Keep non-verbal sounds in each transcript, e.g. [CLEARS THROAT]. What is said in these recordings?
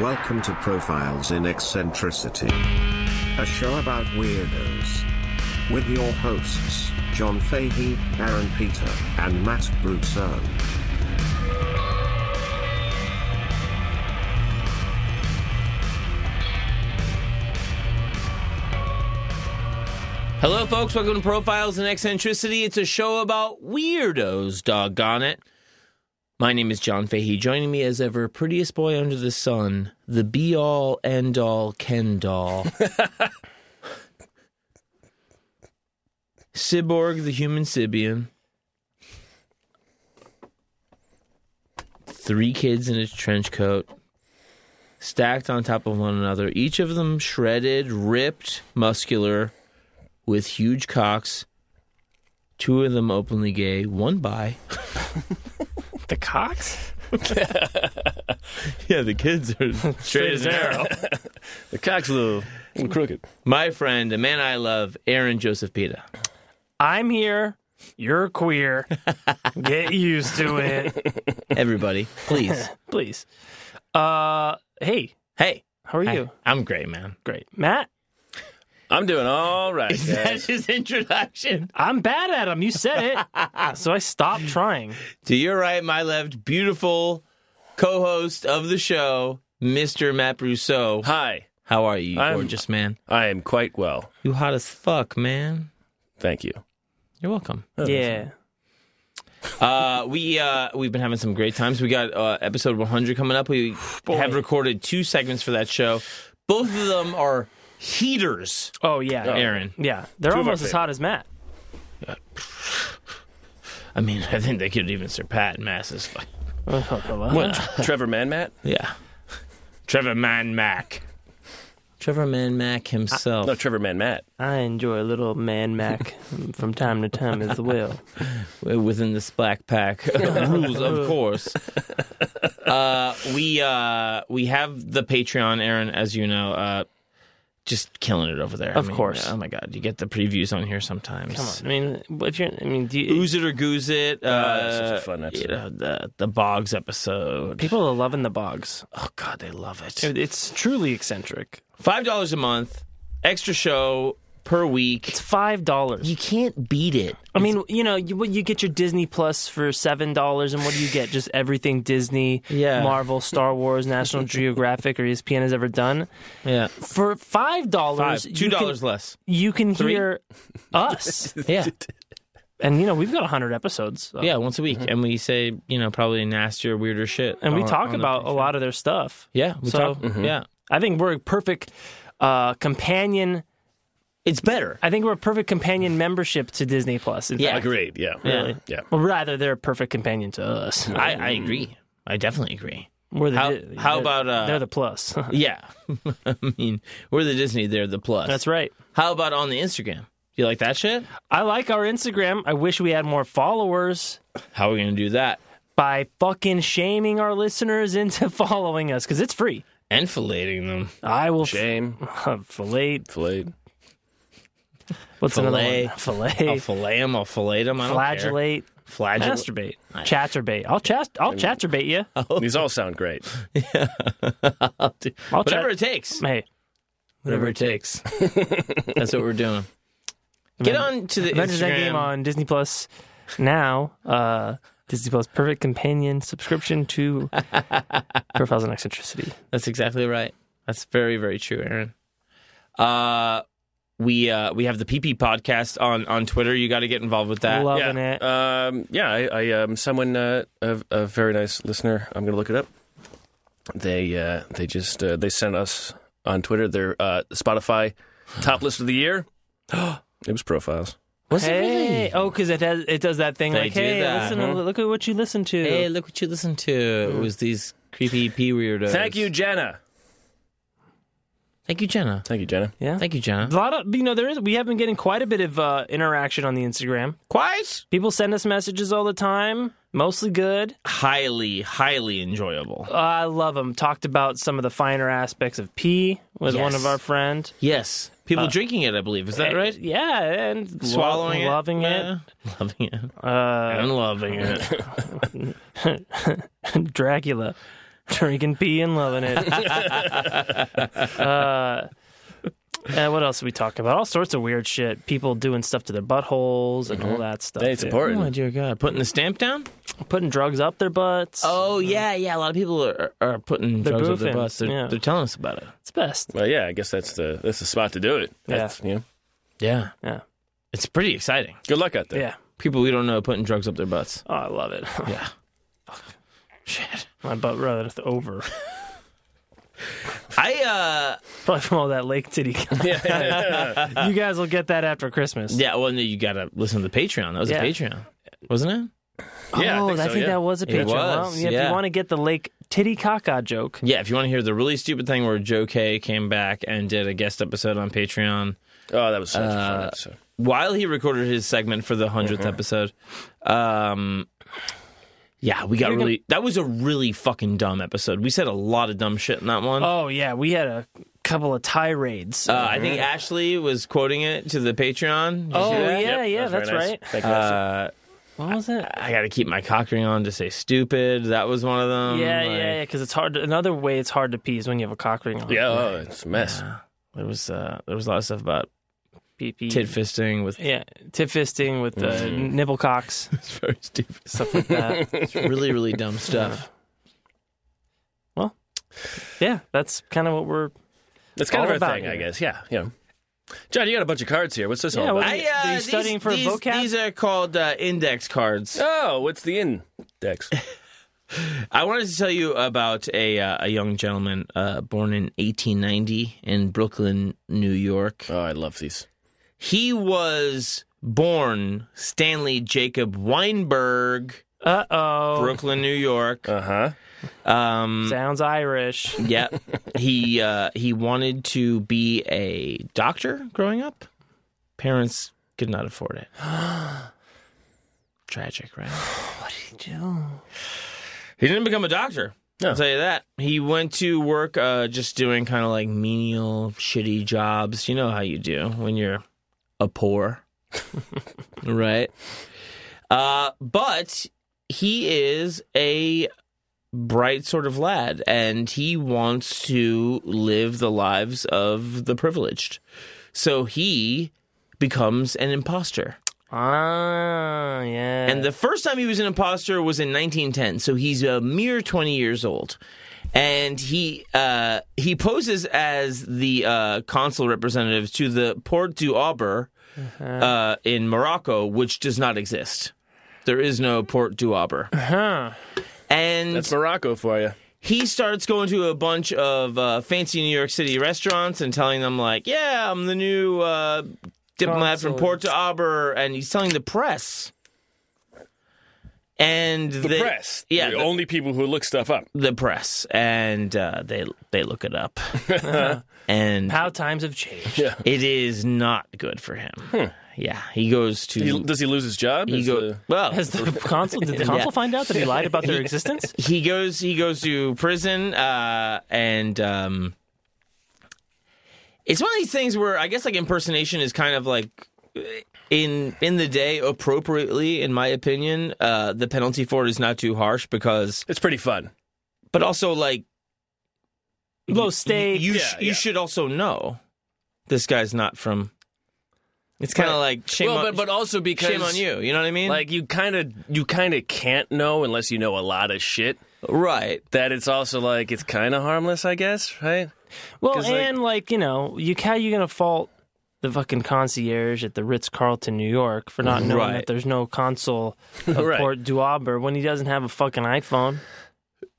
Welcome to Profiles in Eccentricity, a show about weirdos. With your hosts, John Fahey, Aaron Peter, and Matt Brousseau. Hello, folks. Welcome to Profiles in Eccentricity. It's a show about weirdos, doggone it. My name is John Fahey. Joining me as ever, prettiest boy under the sun, the be all, end all, Ken doll. [LAUGHS] Cyborg, the human Sibian. Three kids in a trench coat, stacked on top of one another, each of them shredded, ripped, muscular with huge cocks. Two of them openly gay, one bi. The Cox? [LAUGHS] Yeah, the kids are [LAUGHS] straight as an arrow. The Cox little, [LAUGHS] little crooked. My friend, a man I love, Aaron Joseph Pita. [LAUGHS] I'm here. You're queer. Get used to it, Everybody, [LAUGHS] please. please. Uh, hey, Hey. how are Hi. you? I'm great, man. Great, Matt. I'm doing all right. [LAUGHS] That's his introduction. I'm bad at them. You said [LAUGHS] it, so I stopped trying. To your right, my left, beautiful co host of the show, Mr. Matt Rousseau. Hi, How are you, you I'm- gorgeous man? I am quite well. You hot as fuck, man. Thank you. [LAUGHS] You're welcome. yeah, Uh, we uh, we've been having some great times. We got uh, episode 100 coming up. [SIGHS] We have recorded two segments for that show. Both of them are heaters, oh yeah, Aaron. yeah. They're Two of our almost as hot as Matt. I mean, I think they could even surpass Mass's. What? Trevor Manmat? Yeah, Trevor Man Mac. Trevor Man Mac himself. No, Trevor Manmat. I enjoy a little man mac [LAUGHS] from time to time as well. within this black pack rules, of course. Uh, we uh, we have the Patreon, Aaron, as you know. Uh, just killing it over there. I Of mean, course. Oh my God, you get the previews on here sometimes. Come on, I mean, if you're, I mean, do you, Ooze it or goose it. Uh, that's such a fun You episode. know, the the Boggs episode. people are loving the bogs. oh God, they love it. It's truly eccentric. Five dollars a month, extra show per week. It's five dollars. You can't beat it. I mean, you know, you, what- you get your Disney Plus for seven dollars, and what do you get? Just everything Disney, Yeah. Marvel, Star Wars, [LAUGHS] National Geographic, or E ESPN has ever done. Yeah, For five five, dollars, two dollars less. you can [LAUGHS] hear us, Yeah, and you know we've got hundred episodes. so- yeah, once a week, and we say you know probably nastier, weirder shit, Mm-hmm. and we on- talk on the about a Patreon. lot of their stuff. Yeah, we So- mm-hmm. talk. Yeah, I think we're a perfect uh, companion. it's better. I think we're a perfect companion membership to Disney Plus. In Yeah. fact. Agreed. Yeah. Really? Yeah. Or rather, they're a perfect companion to us. I, I agree. I definitely agree. We're the How- Di- how they're- about, uh, they're the plus? [LAUGHS] Yeah, [LAUGHS] I mean we're the Disney, they're the plus. That's right. How about on the Instagram? You like that shit? I like our Instagram. I wish we had more followers How are we going to do that? by fucking shaming our listeners into [LAUGHS] following us because it's free. Enfilating them. I will [LAUGHS] f- Shame. fillet. Flayed. What's Fillet. [LAUGHS] another one? Fillet. I'll fillet them. I'll fillet them. I don't flagellate. care. Flagellate. Masturbate. Chatterbait. I'll chat. I'll chatterbait you. These all sound great. I'll do- I'll Whatever it chat- takes. Hey, Whatever it takes. That's what we're doing. Get on to the Avengers Instagram. Endgame on Disney Plus now. Uh, Disney Plus perfect companion subscription [LAUGHS] to Profiles and Eccentricity. That's exactly right. That's very very true, Aaron. Uh, we uh we have the PP podcast on on Twitter. You got to get involved with that. Oh, Loving Yeah. it. Um, yeah. I, I um, someone, uh, a, a very nice listener. I'm gonna look it up. They uh, they just uh, they sent us on Twitter their uh, Spotify top list of the [GASPS] year. it was profiles. Was hey. Oh, because it has it does that thing They like, do hey, that, listen, huh? look at what you listen to. Hey, Mm-hmm. look what you listened to. It was these creepy P weirdos. Thank you, Jenna. Thank you, Jenna. Thank you, Jenna. yeah. Thank you, a Jenna. lot of you know there is we have been getting quite a bit of uh, interaction on the Instagram. Quite People send us messages all the time, mostly good. Uh, highly, highly enjoyable. I love them. Talked about some of the finer aspects of pee with one Yes. of our friend. Yes. Uh, People drinking it, I believe. Is that right? Yeah, and lo- Swallowing it, loving it, Yeah. [LAUGHS] loving it, uh, and loving it. [LAUGHS] Uh, [LAUGHS] Dracula, drinking pee and [LAUGHS] loving it. uh, and what else did we talk about? All sorts of weird shit. People doing stuff to their buttholes and Mm-hmm. all that stuff. It's dude. Oh my important. dear God! Putting the stamp down. Putting drugs up their butts. Oh yeah, yeah. A lot of people are, are putting They're drugs up their boofing, butts. They're, yeah. they're telling us about it. it's best. Well, yeah, I guess that's the that's the spot to do it. Yeah. That's, you know, Yeah, Yeah, it's pretty exciting. good luck out there. yeah. People we don't know putting drugs up their butts. Oh, I love it. [LAUGHS] Yeah. Shit. My butt rubbed over. [LAUGHS] I uh Probably from all that lake [LAUGHS] titty. you guys will get that after Christmas. yeah. Well, no, you gotta listen to the Patreon. That was Yeah. a Patreon, wasn't Yeah, I oh, think so, yeah. that was a It Patreon. Well, was, yeah, If yeah. you want to get the Lake Titty Caca joke, it? Yeah. If you want to hear the really stupid thing where Joe K came back and did a guest episode on Patreon Oh, that was such a Uh, fun episode. while he recorded his segment for the 100th episode, um. Yeah, we got really. That was a really fucking dumb episode. We said a lot of dumb shit in that one. oh yeah, we had a couple of tirades. Uh, I think Ashley was quoting it to the Patreon. Did you Uh, oh see that? yeah, Yep, yeah, that was that's very nice. right. Uh, Thank you, Ashley. What was it? I got to keep my cock ring on to say stupid. That was one of them. yeah, Like, yeah, yeah. Because it's hard. To, another way it's hard to pee is when you have a cock ring on. yeah, oh, it's a mess. There was uh, there was a lot of stuff about pee pee. tit Mm-hmm. fisting with [LAUGHS] yeah, tit fisting with uh, nipple cocks, it's very stupid, stuff like that. [LAUGHS] it's really really dumb [LAUGHS] stuff. yeah, that's kind of what we're. That's kind All of our about thing, I you. guess. Yeah, you know. John, you got a bunch of cards here. What's this Yeah, all what about? do you- Are studying for uh, these, vocab? These are called uh, index [LAUGHS] cards. Oh, what's the index? I wanted to tell you about a uh, a young gentleman uh, born in 1890 in Brooklyn, New York. Oh, I love these. He was born Stanley Jacob Weinberg, Uh oh. Brooklyn, New York. Uh huh. Um, Sounds Irish. yeah, he uh, he wanted to be a doctor growing up. Parents could not afford it. Tragic, right? He didn't become a doctor. I'll No. tell you that. He went to work uh, just doing kind of like menial, shitty jobs. You know how you do when you're a poor, right? Uh, but he is a bright sort of lad and he wants to live the lives of the privileged. So he becomes an imposter. Ah, yeah. And the first time he was an imposter was in 1910, so he's a mere 20 years old. And he uh, he poses as the uh, consul representative to the Port du Auber uh, in Morocco, which does not exist. There is no Port du Auber. huh. And That's Morocco for you. he starts going to a bunch of uh, fancy New York City restaurants and telling them like, "Yeah, I'm the new uh, diplomat from Consul. Port to Aber," and he's telling the press. And the, Press. yeah, The the, only people who look stuff up. the press, and uh, they they look it [LAUGHS] up, and How times have changed. [LAUGHS] Yeah. it is not good for him. Yeah, he goes to Hmm. He, does he lose his job? he Is go- the- well [LAUGHS] Has the consul did the Yeah. consul find out that he [LAUGHS] lied about their existence? he goes he goes to prison uh and um it's one of these things where i guess like impersonation is kind of like in in the day appropriately in my opinion uh the penalty for it is not too harsh because it's pretty fun. but also like Low stakes. you Yeah, you yeah. should also know this guy's not from it's kind of Right. like shame well, on, but, but also because shame on you you know what i mean Like you kind of you kind of can't know unless you know a lot of shit. right That it's also like it's kind of harmless, I guess, right? well, 'cause, like- and like you know, you how you gonna fault the fucking concierge at the Ritz Carlton, New York, for not knowing Right. that there's [LAUGHS] no consul of Right. Port Duaber when he doesn't have a fucking iPhone?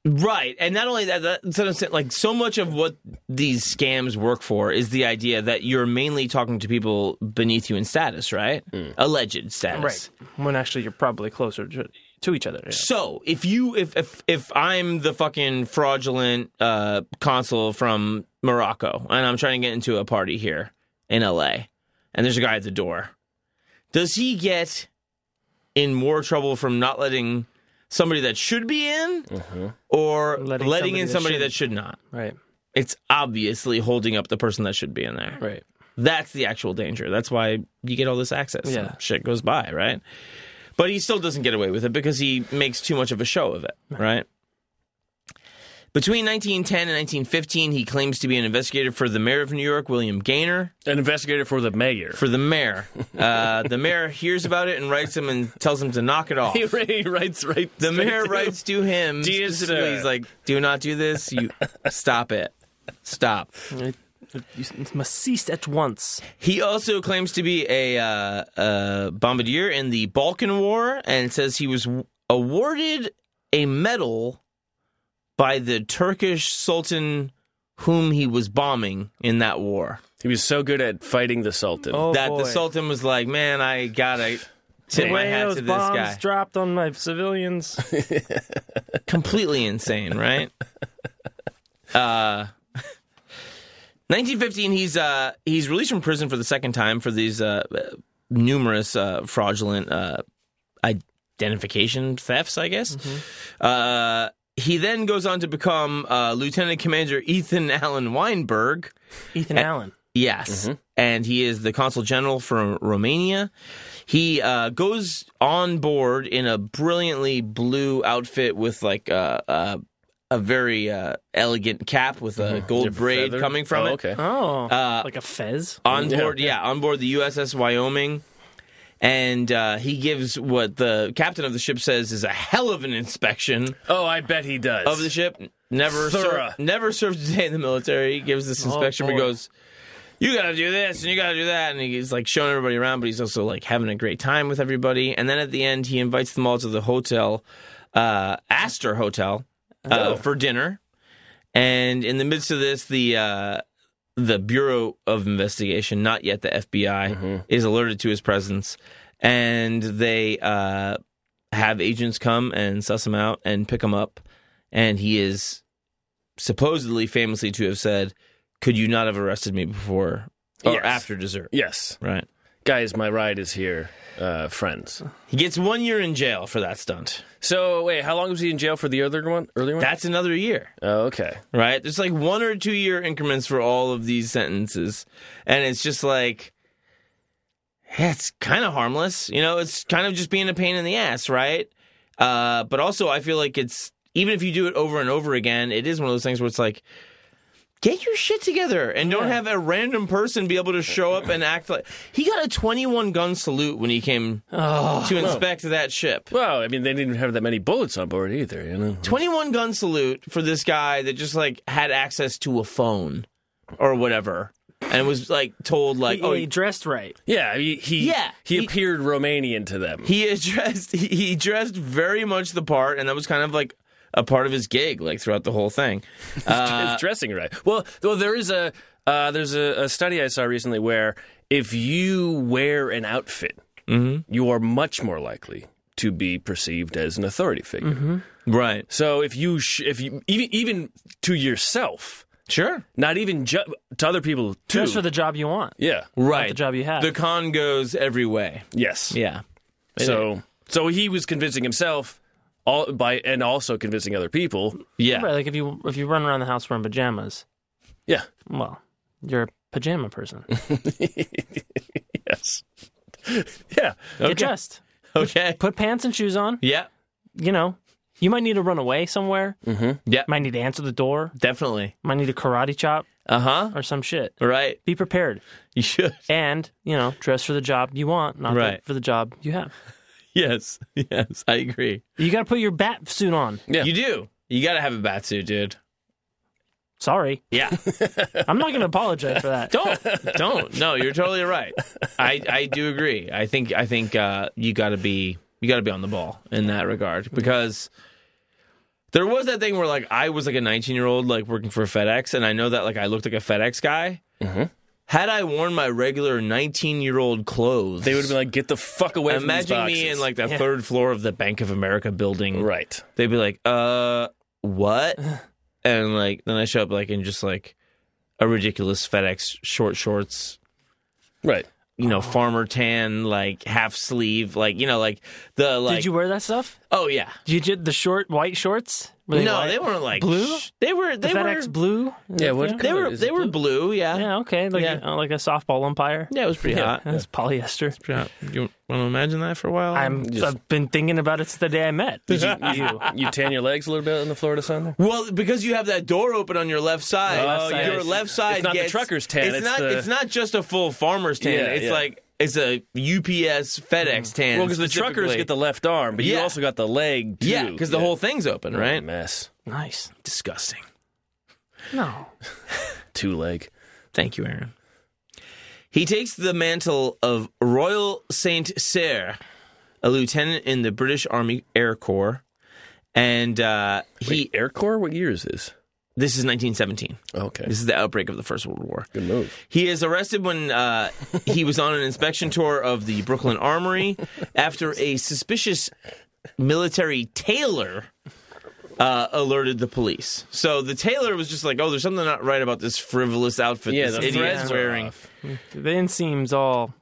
Right, and not only that, that that's what I'm saying, like so much of what these scams work for is the idea that you're mainly talking to people beneath you in status, right? Alleged status. When actually you're probably closer to, to each other. yeah. So if you if if if I'm the fucking fraudulent uh, consul from Morocco and I'm trying to get into a party here in L.A. and there's a guy at the door, does he get in more trouble from not letting somebody that should be in, or letting, Letting in somebody that somebody that shouldn't. should not? Right. it's obviously holding up the person that should be in there. Right. That's the actual danger. That's why you get all this access. and Yeah. shit goes by, right? But he still doesn't get away with it because he makes too much of a show of it, right? Between 1910 and 1915, he claims to be an investigator for the mayor of New York, William Gaynor An investigator for the mayor. for the [LAUGHS] mayor. Uh, the mayor hears about it and writes him and tells him to knock it off. [LAUGHS] he, he writes right. The straight mayor to- writes to him Dear specifically. sir. He's like, "Do not do this. You stop it. Stop." It, it must cease at once. He also claims to be a uh, uh, bombardier in the Balkan War and says he was w- awarded a medal by the Turkish Sultan whom he was bombing in that war. He was so good at fighting the Sultan. Oh, that boy. the Sultan was like, "Man, I [SIGHS] gotta." Tip The my way hat those to this bombs guy. dropped on my civilians. completely insane, right? uh [LAUGHS] 1915 he's uh he's released from prison for the second time for these uh numerous uh fraudulent uh identification thefts, I guess. Uh he then goes on to become uh, Lieutenant Commander Ethan Allen Weinberg. Eh, Ethan Allen. Mm-hmm. Yes. And he is the consul general from Romania. He uh, goes on board in a brilliantly blue outfit with like a, a, a very uh, elegant cap with a gold braid Mm-hmm. Feather- coming from oh, it. Okay. Oh, Uh, like a fez. On board, yeah, on board the USS Wyoming. And uh, he gives what the captain of the ship says is a hell of an inspection Oh, I bet he does. of the ship. Never Thorough. served, never served a day in the military. He gives this inspection. he boy. goes, "You got to do this and you got to do that," and he's like showing everybody around, but he's also like having a great time with everybody. And then at the end, he invites them all to the hotel, uh, Astor Hotel, uh, for dinner. And in the midst of this, the uh, the Bureau of Investigation, not yet the FBI, is alerted to his presence, and they uh, have agents come and suss him out and pick him up. And he is supposedly famously to have said, "Could you not have arrested me before or Yes. after dessert?" yes, Right. guys, my ride is here. Uh, friends. He gets one year in jail for that stunt. So wait, how long was he in jail for the other one? Earlier one? That's another year. oh, okay. right? There's like one or two year increments for all of these sentences. And it's just like, yeah, it's kind of harmless. You know, it's kind of just being a pain in the ass, right? Uh, but also, I feel like it's, even if you do it over and over again, it is one of those things where it's like, get your shit together and don't have a random person be able to show up and act like. He got a 21 gun salute when he came to inspect that ship. Well, I mean, they didn't have that many bullets on board either. You know. 21 gun salute for this guy that just like had access to a phone or whatever and was like told like He, oh he dressed right. Yeah. He. he Yeah, He, he- appeared Romanian to them. he addressed [LAUGHS] he, he dressed very much the part and that was kind of like a part of his gig like throughout the whole thing [LAUGHS] Uh, It's dressing right. Well, well, there is a uh, there's a, a study I saw recently where if you wear an outfit, Mm-hmm. you are much more likely to be perceived as an authority figure. Mm-hmm. right So if you sh- if you even even to yourself, sure not even ju- to other people too. Dress for the job you want. yeah. right The job you have. the con goes every way Yes. yeah So so he was convincing himself all by and also convincing other people. yeah Right, like if you if you run around the house wearing pajamas, Yeah. well, you're a pajama person. [LAUGHS] Yes. yeah. Get dressed. [LAUGHS] okay Put pants and shoes on. yeah You know, you might need to run away somewhere. Mm-hmm. yeah Might need to answer the door. definitely Might need a karate chop uh-huh or some shit. right [LAUGHS] Be prepared you should and you know dress for the job you want, not the- Right. for the job you have. yes yes i agree You got to put your bat suit on. Yeah. you do you gotta have a batsuit dude Sorry, yeah [LAUGHS] I'm not going to apologize for that. [LAUGHS] don't don't no you're totally right i i do agree i think i think uh you gotta be you gotta be on the ball in that regard because there was that thing where like i was like a 19 year old like working for fedex and i know that like i looked like a fedex guy Mm-hmm. had i worn my regular 19 year old clothes They would have been like, get the fuck away from these imagine me boxes." in like the third floor of the bank of america building Right. they'd be like, "Uh, [SIGHS] what?" And like then I show up like in just like a ridiculous FedEx short shorts, Right. you know, farmer tan, like half sleeve, like you know, like the like Did you wear that stuff? Oh yeah. You did the short white shorts? Were no, white? they weren't like Blue? sh- They were. The They FedEx were. blue. Yeah, what Yeah, They color were. is They it were blue? blue. Yeah. yeah okay, like Yeah. uh, like a softball umpire. Yeah, it was pretty Yeah, hot. that's polyester. Pretty hot. You want to imagine that for a while? I'm. Just- I've been thinking about it since the day I met [LAUGHS] you. You tan your legs a little bit in the Florida sun there? Well, because you have that door open on your left side, Oh, left side. your left side It's not the gets- trucker's tan, It's, it's not. the- It's not just a full farmer's tan. Yeah, it's yeah. like it's a UPS FedEx tan. Well, because the truckers specifically. get the left arm, but you Yeah. also got the Mm. leg, too. yeah, because the whole thing's open, What a right? mess. Nice. Disgusting. No. Two leg. Thank you, Aaron. He takes the mantle of Royal Saint Cyr, a lieutenant in the British Army Air Corps, and uh, he. Wait, Air Corps? What year is this? This is 1917. Okay. This is the outbreak of the First World War. Good move. He is arrested when uh, he was on an inspection tour of the Brooklyn Armory after a suspicious military tailor uh, alerted the police. So the tailor was just like, "Oh, there's something not right about this frivolous outfit Yeah, this the idiot's threads are wearing." off. The inseam's all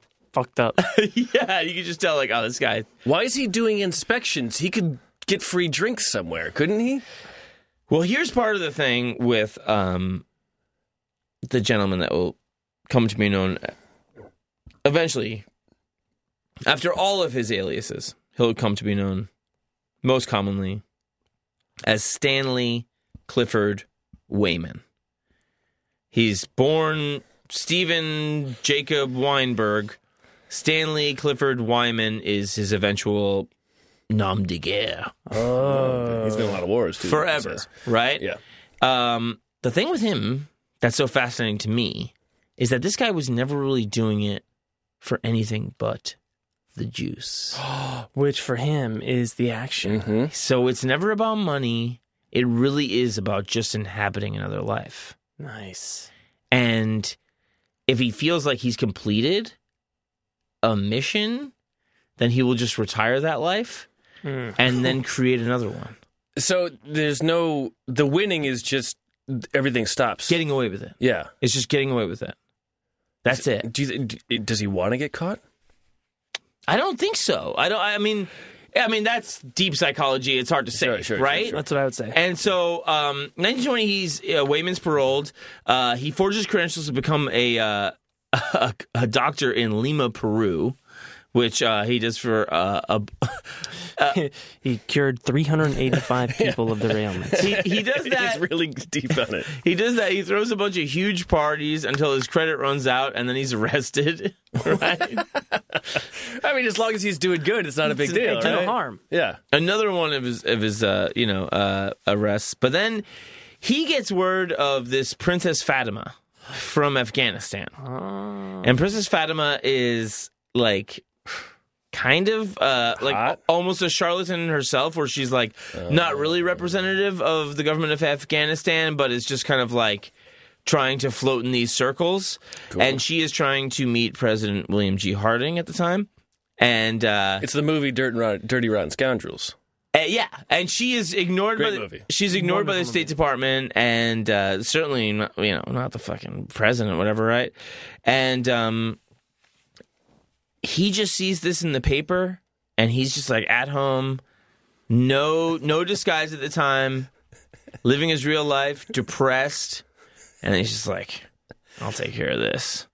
[LAUGHS] fucked up. yeah, you could just tell, like, "Oh, this guy." Why is he doing inspections? He could get free drinks somewhere, couldn't he? Well, here's part of the thing with um, the gentleman that will come to be known uh, eventually. After all of his aliases, he'll come to be known most commonly as Stanley Clifford Wayman. He's born Stephen Jacob Weinberg. Stanley Clifford Wyman is his eventual nom de guerre He's been in a lot of wars, too. forever, says. right? Yeah. Um, the thing with him that's so fascinating to me is that this guy was never really doing it for anything but the juice. Which for him is the action. Mm. Mm-hmm. so it's never about money. It really is about just inhabiting another life. Nice. And if he feels like he's completed a mission, then he will just retire that life Mm. and then create another one. So there's no. The winning is just everything stops. Getting away with it. yeah. It's just getting away with it. That's it. Do you, d- does he want to get caught? I don't think so. I don't. I mean, I mean that's deep psychology. It's hard to say, Sure, sure, sure, right? sure. That's what I [LAUGHS] would say. [LAUGHS] And so, um, 1920, he's uh, Wayman's paroled. Uh, he forges credentials to become a, uh, [LAUGHS] a a doctor in Lima, Peru, which uh, he does for uh, a. he [LAUGHS] cured 385 people of their ailments. He, [LAUGHS] he does that. [LAUGHS] He's really deep on it. He does that. He throws a bunch of huge parties until his credit runs out, and then he's [LAUGHS] arrested. Right? [LAUGHS] I mean, as long as he's doing good, it's not a big It's deal, to no right? harm. Yeah. another one of his of his uh, you know uh, arrests. But then he gets word of this Princess Fatima from Afghanistan, and Princess Fatima is like kind of uh, like Hot? al- almost a charlatan herself, where she's like not really representative of the government of Afghanistan, but is just kind of like. Trying to float in these circles, and she is trying to meet President William G. Harding at the time, and uh, It's the movie Dirt and Rot- Dirty Rotten Scoundrels. uh, yeah, and she is ignored Great by the, movie. she's ignored by the State Department, and uh, certainly not, you know not the fucking president, whatever, right? And um, he just sees this in the paper, and he's just like at home, no no disguise at the time, living his real life, depressed, and he's just like, I'll take care of this.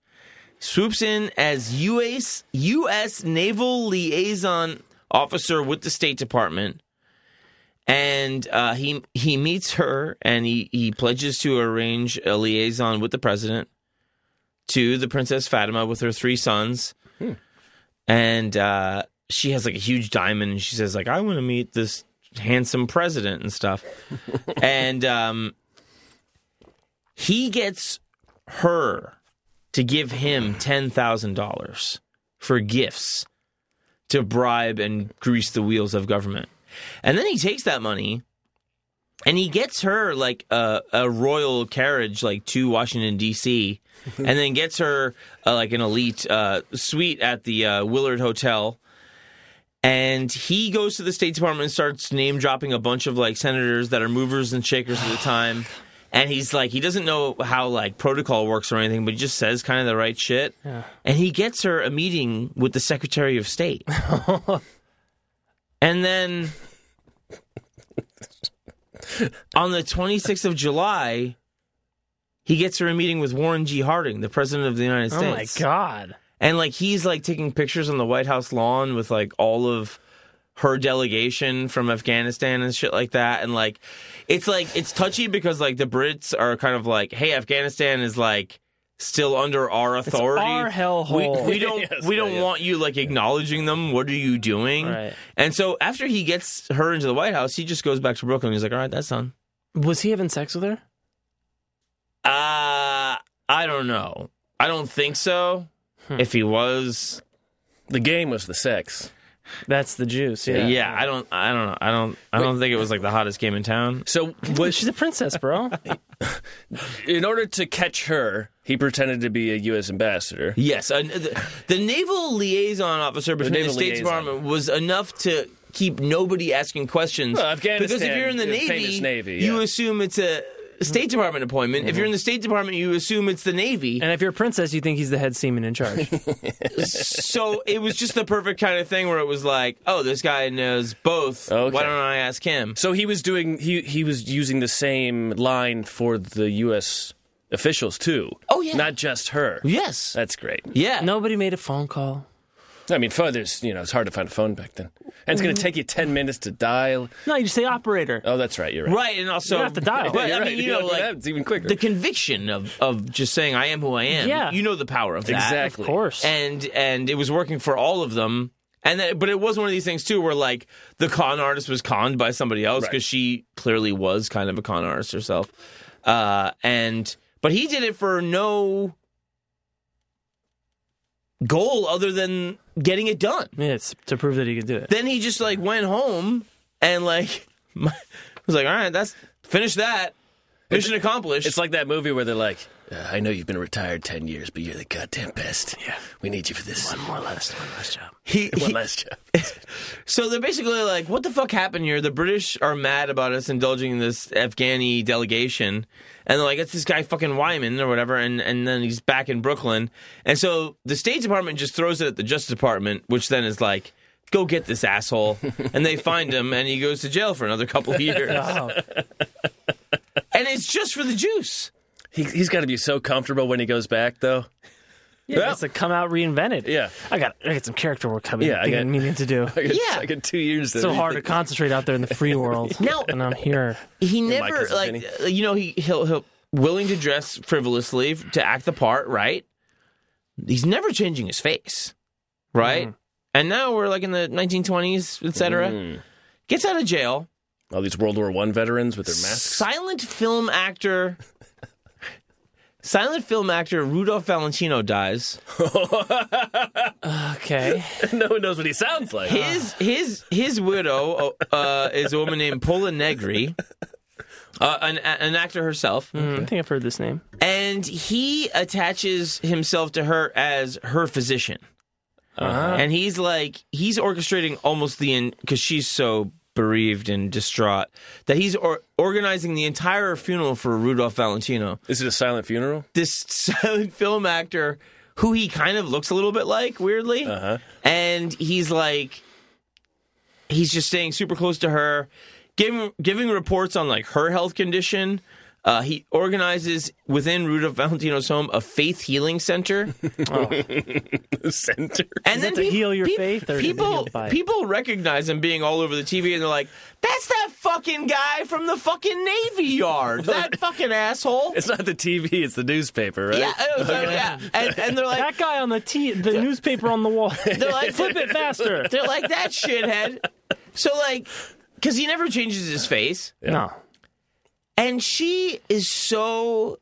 Swoops in as U.S. U.S. Naval Liaison Officer with the State Department, and uh, he he meets her and he he pledges to arrange a liaison with the president to the Princess Fatima with her three sons, and uh, she has like a huge diamond and she says like I want to meet this handsome president and stuff, and um, he gets her to give him ten thousand dollars for gifts to bribe and grease the wheels of government. And then he takes that money and he gets her like a, a royal carriage like to Washington D.C. and then gets her uh, like an elite uh, suite at the uh, Willard Hotel. And he goes to the State Department and starts name dropping a bunch of like senators that are movers and shakers at the time. And he's like, he doesn't know how like protocol works or anything, but he just says kind of the right shit. And he gets [LAUGHS] her a meeting with the Secretary of State. and then on the 26th of July, he gets her a meeting with Warren G. Harding, the president of the United Oh my States. god. And like he's like taking pictures on the White House lawn with like all of her delegation from Afghanistan and shit like that. And like it's like it's touchy because like the Brits are kind of like, hey, Afghanistan is like still under our [LAUGHS] authority. our we, hellhole. we don't Yes, we don't yeah, yeah. want you like acknowledging them. What are you doing? Right. And so after he gets her into the White House, he just goes back to Brooklyn. He's like, all right, that's done. Was he having sex with her? Uh, I don't know. I don't think so. If he was, The game was the sex. That's the juice. yeah. Yeah. I don't, I don't know. I don't, I don't think it was like the hottest game in town. So Well, she's a princess, bro. in order to catch her, he pretended to be a U.S. ambassador. Yes, uh, the, the naval liaison officer between the, naval State liaison. Department was enough to keep nobody asking questions. Well, Afghanistan, because if you're in the the Navy, Mm-hmm. famous Navy, you yeah. assume it's a State Department appointment. If you're in the State Department, you assume it's the Navy. [LAUGHS] and if you're a princess, you think he's the head seaman in [LAUGHS] charge. so it was just the perfect kind of thing where it was like, oh, this guy knows both. Okay. Why don't I ask him? So he was doing he he was using the same line for the U.S. officials too. Oh, yeah. not just her. Yes. That's great. Yeah. Nobody made a phone call. I mean, phone, there's you know it's hard to find a phone back then, and it's going to take you ten minutes to dial. No, you just say operator. Oh, that's right. You're right. Right, and also You don't have to dial. But You're I right. mean, [LAUGHS] you know, like that's even quicker. the conviction of of just saying I am who I am. Yeah. you know the power of that. Exactly. Of course. And and it was working for all of them. And that, but it was one of these things too, where like the con artist was conned by somebody else because Right. she clearly was kind of a con artist herself. Uh, and but he did it for no goal other than getting it done yeah, it's to prove that he could do it. then he just like went home and like [LAUGHS] my, was like, all right, that's finish that. Mission accomplished. It's like that movie where they're like, uh, I know you've been retired 10 years, but you're the goddamn best. Yeah. We need you for this. One, More last, one last job. he, [LAUGHS] he- last job. so they're basically like, what the fuck happened here? The British are mad about us indulging in this Afghani delegation, and they're like, it's this guy fucking Wyman or whatever, and and then he's back in Brooklyn, and so the State Department just throws it at the Justice Department, which then is like. Go get this asshole, and they find him, and he goes to jail for another couple of years. Oh, And it's just for the juice. He, he's got to be so comfortable when he goes back, though. [LAUGHS] yeah, it's a come out reinvented. Yeah. I got I got some character work coming. Yeah, I Yeah, I got- got meaning to [LAUGHS] do. I got, Yeah. I got two years. It's so hard to concentrate out there in the [LAUGHS] free world. Now- and I'm here. he my never Cousin like Vinny. uh, you know he he'll he'll willing to dress frivolously f- to act the part right he's never changing his face right and now we're like in the 1920s etc gets out of jail All these World War One veterans with their masks. [LAUGHS] silent film actor silent film actor Rudolph Valentino dies Okay. no one knows what he sounds like. his his his widow uh, is a woman named Paula Negri uh, an an actor herself Hmm. I think I've heard this name. and he attaches himself to her as her physician and he's like he's orchestrating almost the in because she's so bereaved and distraught that he's or- organizing the entire funeral for rudolph valentino Is it a silent funeral? [LAUGHS] this [LAUGHS] silent film actor who he kind of looks a little bit like weirdly Uh-huh. and he's like he's just staying super close to her giving giving reports on like her health condition uh, he organizes within Rudolph Valentino's home a faith healing [LAUGHS] center, The center. and then Is that to peop- heal your peop- faith or to people heal by it? people recognize him being all over the TV, and they're like, "That's that fucking guy from the fucking Navy [LAUGHS] Yard, that fucking asshole." It's not the TV, it's the newspaper, right? Yeah, oh, so- yeah, and, and they're like, That guy on the t- the newspaper on the [LAUGHS] wall. They're like, Flip it faster. They're like that shithead. So like, because he never changes his face, No. and she is so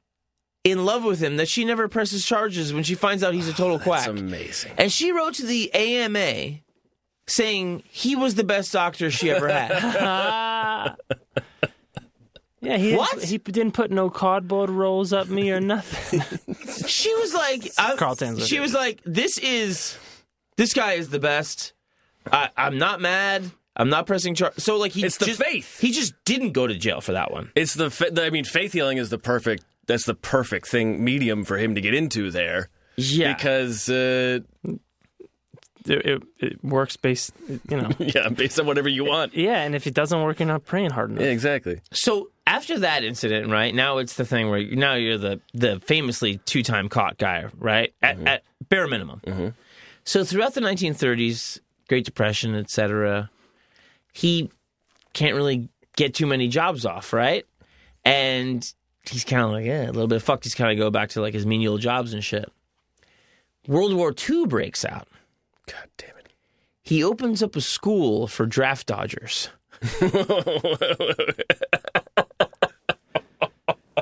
in love with him that she never presses charges when she finds out he's [SIGHS] a total It's quack. amazing. and she wrote to the AMA saying he was the best doctor she ever [LAUGHS] had. Yeah, he didn't- What? he didn't put no cardboard rolls up me or [LAUGHS] nothing. she was like, I- Carl Tanzler. She was like, this is this guy is the best. I, I'm not mad. I'm not pressing charge. So like he It's the just- faith. He just didn't go to jail for that one. It's the, fa- the, I mean, faith healing is the perfect, that's the perfect thing, medium for him to get into there. Yeah. Because uh, it, it, it works based, you [LAUGHS] know. [LAUGHS] yeah, based on whatever you want. yeah, and if it doesn't work, you're not praying hard enough. Yeah, exactly. So after that incident, right now it's the thing where now you're the the famously two time caught guy, right? At, at bare minimum. So throughout the 1930s, Great Depression, etc., he can't really get too many jobs off, right? And he's kind of like yeah, a little bit fucked. He's kind of go back to like his menial jobs and shit. World War II breaks out. God damn it. He opens up a school for draft dodgers.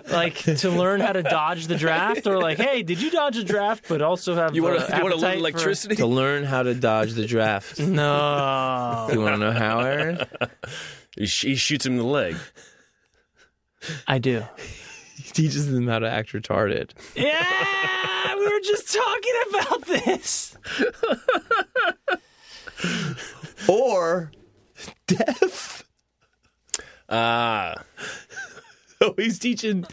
Like to learn how to dodge the draft, or like, hey, did you dodge a draft, but also have You want uh, to you want to learn appetite for- electricity? to learn how to dodge the draft. You No, want to know how, Aaron? He, sh- he shoots him in the leg. I do. teaches them how to act retarded. Yeah, we were just talking about this. Or deaf. Ah, [LAUGHS] Oh, he's teaching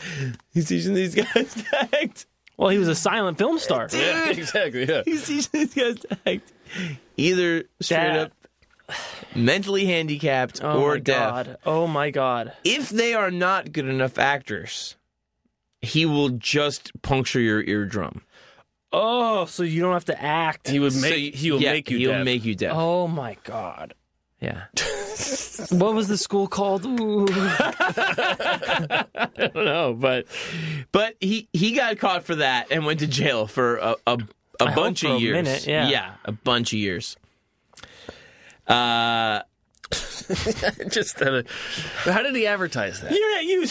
he's teaching these guys to act. Well, he was a silent film star. yeah, exactly. Yeah. He's teaching these guys to act. Either straight Deaf. up mentally handicapped Oh or my deaf. god. Oh my god. If they are not good enough actors, he will just puncture your eardrum. Oh, so you don't have to act. He would So make y- he will yeah, make you. He'll deaf. make you deaf. Oh my god. [LAUGHS] Yeah. What was the school called? Ooh. no, but but he he got caught for that and went to jail for a a, a hope bunch for of a years. minute, yeah. a bunch of years. Uh, [LAUGHS] just uh, how did he advertise that? You're you [LAUGHS]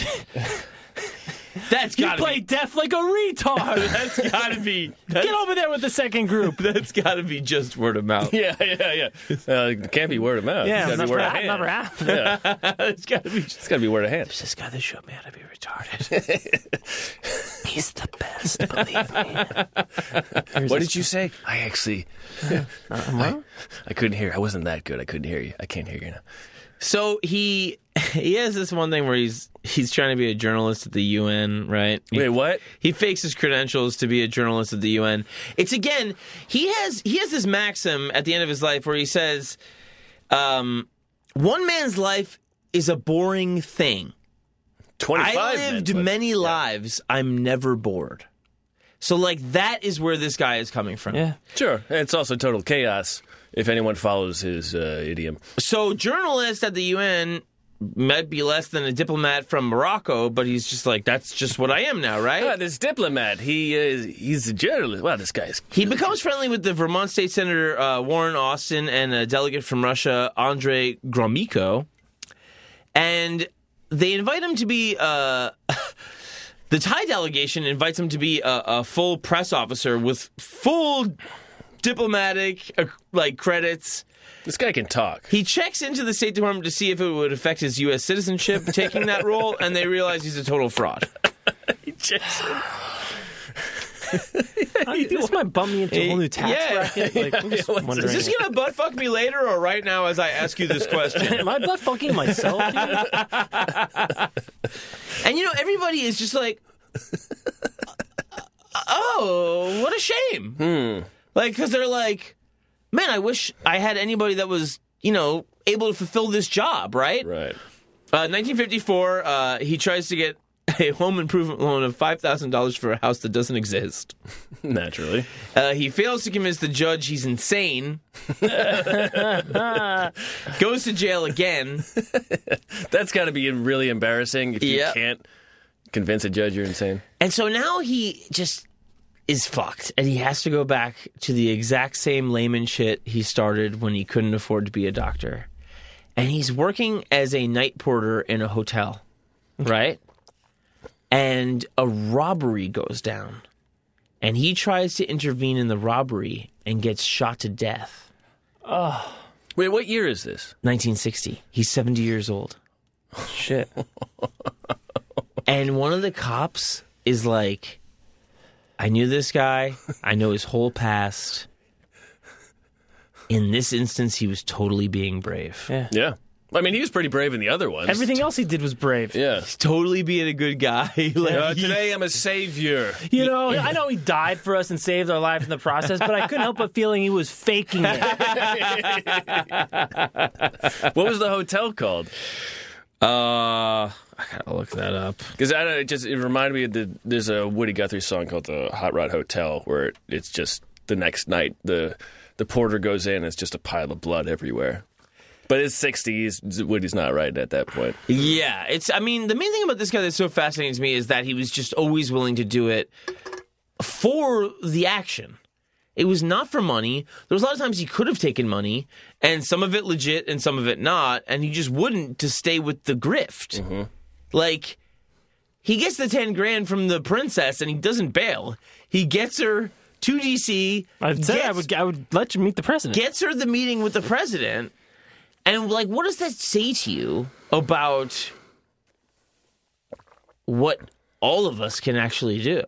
that's you gotta play be. deaf like a retard. [LAUGHS] That's gotta be. Get over there with the [LAUGHS] second group. That's gotta be just word of [LAUGHS] mouth. [LAUGHS] Yeah, yeah, yeah. Uh, can't be word of mouth. Yeah, it's gotta never, be word of hap- hand. never happened. it's gotta be. Just, It's gotta be word of [LAUGHS] hand. this guy that showed me how to be [LAUGHS] retarded. He's the best, believe me. What did you say? I actually, [LAUGHS] Uh, I, I couldn't hear. I wasn't that good. I couldn't hear you. I can't hear you now. so he he has this one thing where he's he's trying to be a journalist at the UN, right? Wait, what? He fakes his credentials to be a journalist at the UN. It's again, he has he has this maxim at the end of his life where he says, um, "One man's life is a boring thing. Twenty-five. I men, lived but- many lives. I'm never bored." So like that is where this guy is coming from. Yeah. [LAUGHS] Sure, and it's also total chaos. If anyone follows his uh, idiom, So journalist at the UN might be less than a diplomat from Morocco, but he's just like that's just what I am now, right? [LAUGHS] Ah, this diplomat, he is he's a journalist. Wow, this guy's He becomes friendly with the Vermont State Senator uh, Warren Austin and a delegate from Russia, Andre Gromyko, and they invite him to be. Uh, [LAUGHS] the Thai delegation invites him to be a, a full press officer with full diplomatic uh, like credits. this guy can talk. He checks into the State Department to see if it would affect his U.S. citizenship taking that role, and they realize he's a total fraud. I, this might bump me into a whole new tax [LAUGHS] Yeah. bracket. Like, I'm just wondering. Is this gonna butt fuck me later or right now as I ask you this question? Am I butt fucking myself? dude? And you know, everybody is just like, "Uh, oh, what a shame. Like, because they're like, man, I wish I had anybody that was, you know, able to fulfill this job, right? Right. Uh, 1954, uh, he tries to get a home improvement loan of $5,000 for a house that doesn't exist. [LAUGHS] Naturally. Uh, he fails to convince the judge he's [LAUGHS] insane. Goes to jail again. That's got to be really embarrassing if you Yeah. can't convince a judge you're insane. And so now he just is fucked and he has to go back to the exact same layman shit he started when he couldn't afford to be a doctor. And he's working as a night porter in a hotel, right? And a robbery goes down. And he tries to intervene in the robbery and gets shot to death. Wait, what year is this? 1960. He's 70 years old. Shit. And one of the cops is like, I knew this guy. I know his whole past. In this instance, he was totally being brave. Yeah. Yeah. I mean, he was pretty brave in the other ones. Everything else he did was brave. [LAUGHS] Yeah. Totally being a good guy. [LAUGHS] like, Uh, he- today I'm a [LAUGHS] savior. You know, I know he died for us and saved our lives in the process, but I couldn't help but feeling he was faking [LAUGHS] it. What was the hotel called? uh, I gotta look that up. Because I don't. It just it reminded me of the there's a Woody Guthrie song called the Hot Rod Hotel where it, it's just the next night the the porter goes in and it's just a pile of blood everywhere. But it's 60s. Woody's not writing at that point. Yeah, it's. I mean, the main thing about this guy that's so fascinating to me is that he was just always willing to do it for the action. It was not for money. There was a lot of times he could have taken money, and some of it legit and some of it not, and he just wouldn't to stay with the grift. Like, he gets the 10 grand from the princess and he doesn't bail. He gets her to DC. I said I gets- would, I would let you meet the president. gets her the meeting with the president, and like, what does that say to you about what all of us can actually do?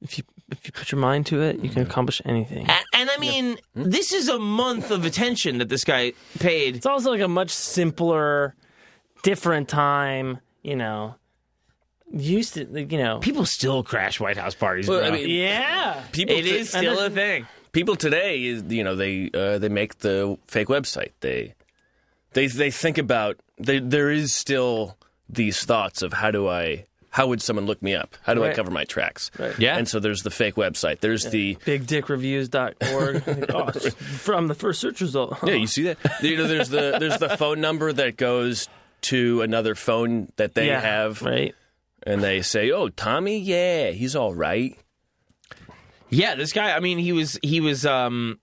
if you if you put your mind to it, you can accomplish anything. And, and I mean, this is a month of attention that this guy paid. It's also like a much simpler, different time. You know, used to like, you know. People still crash White House parties. Well, bro. I mean, Yeah, people it to- is still a and thing. people today is you know they uh, they make the fake website they they they think about they, there is still these thoughts of how do I how would someone look me up how do I Right. cover my tracks Yeah. and so there's the fake website there's the [LAUGHS] bigdickreviews.org. oh, it's from the first search result. yeah you see that [LAUGHS] you know there's the there's the phone number that goes to another phone that they Yeah, have right. and they say oh Tommy yeah he's all right Yeah, this guy. I mean, he was he was um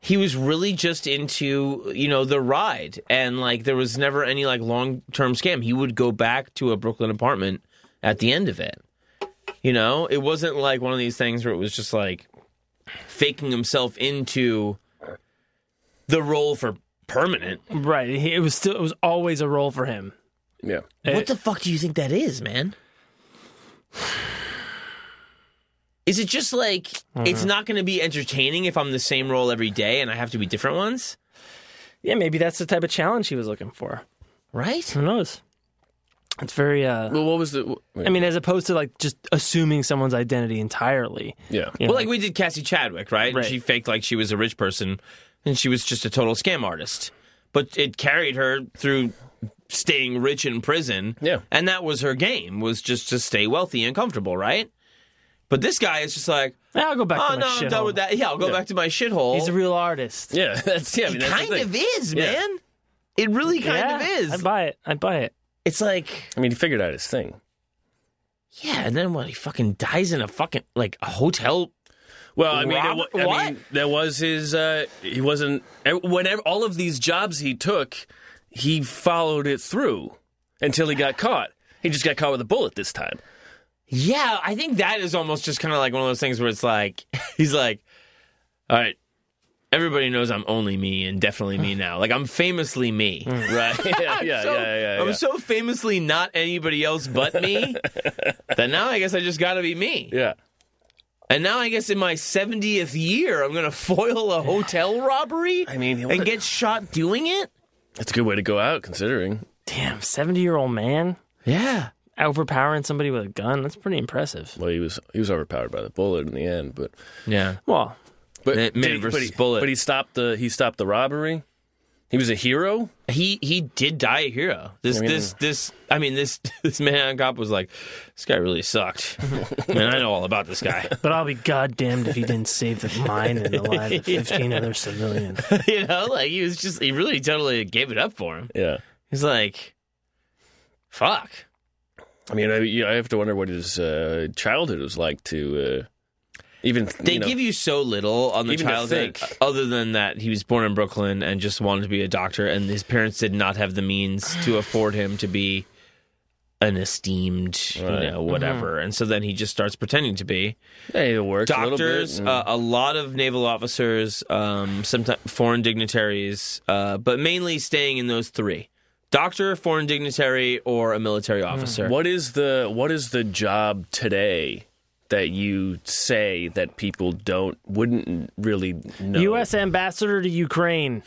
he was really just into you know the ride, and like there was never any like long term scam. He would go back to a Brooklyn apartment at the end of it. You know, it wasn't like one of these things where it was just like faking himself into the role for permanent. Right. He- It was still. It was always a role for him. yeah What Eh, the fuck do you think that is, man? Is it just like it's not going to be entertaining if I'm the same role every day and I have to be different ones, Yeah, maybe that's the type of challenge he was looking for. right? Who knows? It's very. uh well what was the I mean, as opposed to like just assuming someone's identity entirely. yeah Well, You know? like we did Cassie Chadwick, right? And Right. She faked like she was a rich person and she was just a total scam artist. But it carried her through staying rich in prison. Yeah. And that was her game was just to stay wealthy and comfortable, right? But this guy is just like, I'll go back oh to my no, I'm shit done with that. Yeah, I'll go back to my shithole. He's a real artist. yeah [LAUGHS] that's yeah I mean, it that's the kind thing. of is, Yeah. man. It really kind of Yeah, I is. buy it. I buy it. It's like, I mean he figured out his thing yeah, and then what? He fucking dies in a fucking like a hotel. Well, I mean, it Robert- wa- I what? mean, that was his. Uh, he wasn't. Whenever all of these jobs he took, he followed it through until he got caught. He just got caught with a bullet this time. [LAUGHS] Yeah, I think that is almost just kind of like one of those things where it's like, [LAUGHS] he's like, all right, everybody knows I'm only me and definitely [LAUGHS] me now. Like I'm famously me. [LAUGHS] Right? Yeah, yeah, So- yeah, yeah. Mm. I'm yeah. so famously not anybody else but [LAUGHS] me that now I guess I just got to be me. yeah. And now I guess in my 70th year, I'm going to foil a hotel robbery I mean, he- and get shot doing it? That's a good way to go out, considering. Damn, seventy-year-old man Yeah. overpowering somebody with a gun. That's pretty impressive. Well, he was he was overpowered by the bullet in the end, but Yeah. Well, but Man- man did he- versus but he, bullet. But he stopped the he stopped the robbery. He was a hero. He he did die a hero. This mean- this this I mean this [LAUGHS] this man on cop was like, this guy really [LAUGHS] sucked. man, I know all about this guy. [LAUGHS] but I'll be goddamned if he didn't save the mine and the lives of fifteen other civilians. you know, like he was just he really totally gave it up for him. Yeah. He's like, fuck. I mean, I, you- I have to wonder what his uh, childhood was like to uh, even They you know, give you so little on the Even to child thing, think. other than that he was born in Brooklyn and just wanted to be a doctor, and his parents did not have the means [SIGHS] to afford him to be an esteemed, you Right. Mm-hmm. know, whatever. And so then he just starts pretending to be Hey, it works. a little bit, doctors, and- uh, a lot of naval officers, um, sometimes foreign dignitaries, uh, but mainly staying in those three: doctor, foreign Hmm. [LAUGHS] dignitary, or a military officer. What is the what is the job today that you say that people don't wouldn't really know. U.S. ambassador [LAUGHS] to Ukraine.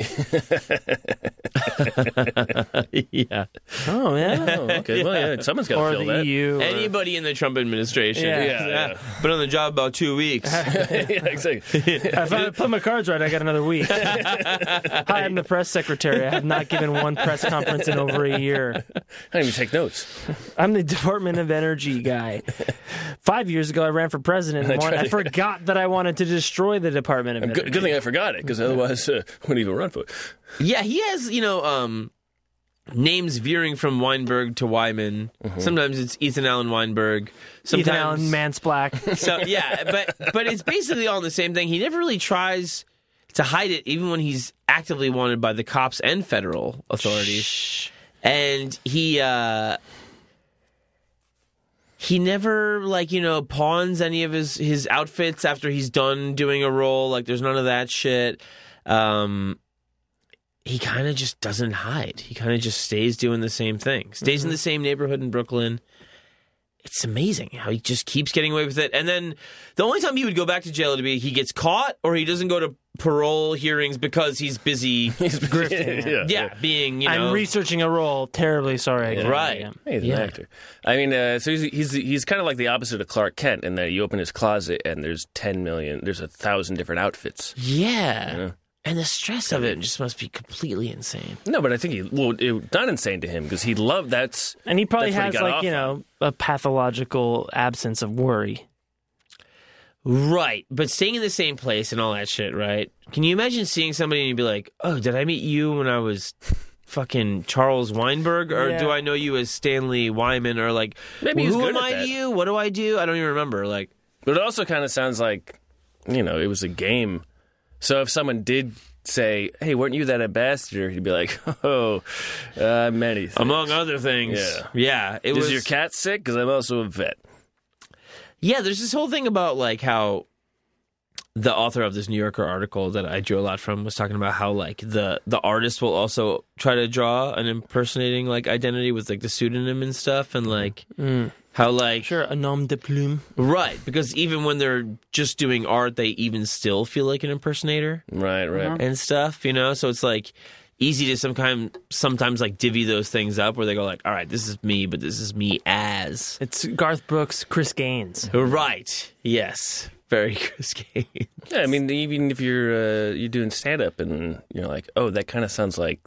yeah. Oh yeah, Oh, okay. Well, yeah, someone's got or to the fill that. EU. or- Anybody in the Trump administration. Yeah. Yeah, yeah. Been on the job about two weeks. [LAUGHS] yeah, [LAUGHS] exactly. if I put my cards right, I got another [LAUGHS] week. Hi, I'm the press secretary. I have not given one press conference in over a year. I don't even take notes. I'm the Department of Energy guy. Five years ago, I ran for president. And I won. tried I to- forgot that I wanted to destroy the Department of Energy. Good, good thing I forgot it, because otherwise, uh, wouldn't even run for it. [LAUGHS] yeah, he has, you know, um, names veering from Weinberg to Wyman. Sometimes it's Ethan Allen Weinberg. Sometimes Mm-hmm. Ethan Allen, Mance Black. [LAUGHS] So yeah, but but it's basically all the same thing. He never really tries to hide it, even when he's actively wanted by the cops and federal authorities. And he uh, he never like you know pawns any of his his outfits after he's done doing a role. Like there's none of that shit. Um, he kind of just doesn't hide. He kind of just stays doing the same thing. Stays in the same neighborhood in Brooklyn it's amazing how he just keeps getting away with it. And then the only time he would go back to jail to be he gets caught or he doesn't go to parole hearings because he's busy. He's Grifting. yeah. yeah, being you know I'm researching a role. Terribly sorry. I Right. can't. Hey, he's Yeah. an actor. I mean, uh, so he's he's, he's kind of like the opposite of Clark Kent in that you open his closet and there's ten million, there's a thousand different outfits. yeah. Yeah. And the stress of it just must be completely insane. No, but I think he well, it, not insane to him because he loved that's And he probably That's what he has got like off you on. know a pathological absence of worry. Right, but staying in the same place and all that shit, right? Can you imagine seeing somebody and you'd be like, "Oh, did I meet you when I [LAUGHS] was fucking Charles Weinberg, or Yeah. do I know you as Stanley Wyman, or like, Maybe he was who good am at I to that. you? What do I do? I don't even remember." Like, But it also kind of sounds like, you know, it was a game. So if someone did say, "Hey, weren't you that ambassador?" He'd be like, [LAUGHS] "Oh, uh, many." Things. among other things. Yeah. yeah it Is was your cat sick? Because I'm also a vet. Yeah, there's this whole thing about like how the author of this New Yorker article that I drew a lot from was talking about how like the the artist will also try to draw an impersonating like identity with like the pseudonym and stuff and like how like Sure, a nom de plume. right because even when they're just doing art they even still feel like an impersonator Right, right. and stuff, you know? So it's like easy to sometimes sometimes like divvy those things up where they go like, "All right, this is me, but this is me as." It's Garth Brooks, Chris Gaines. Right. Yes. Very [LAUGHS] Chris Gaines. Yeah, I mean, even if you're uh, you're doing stand up and you're like, "Oh, that kind of sounds like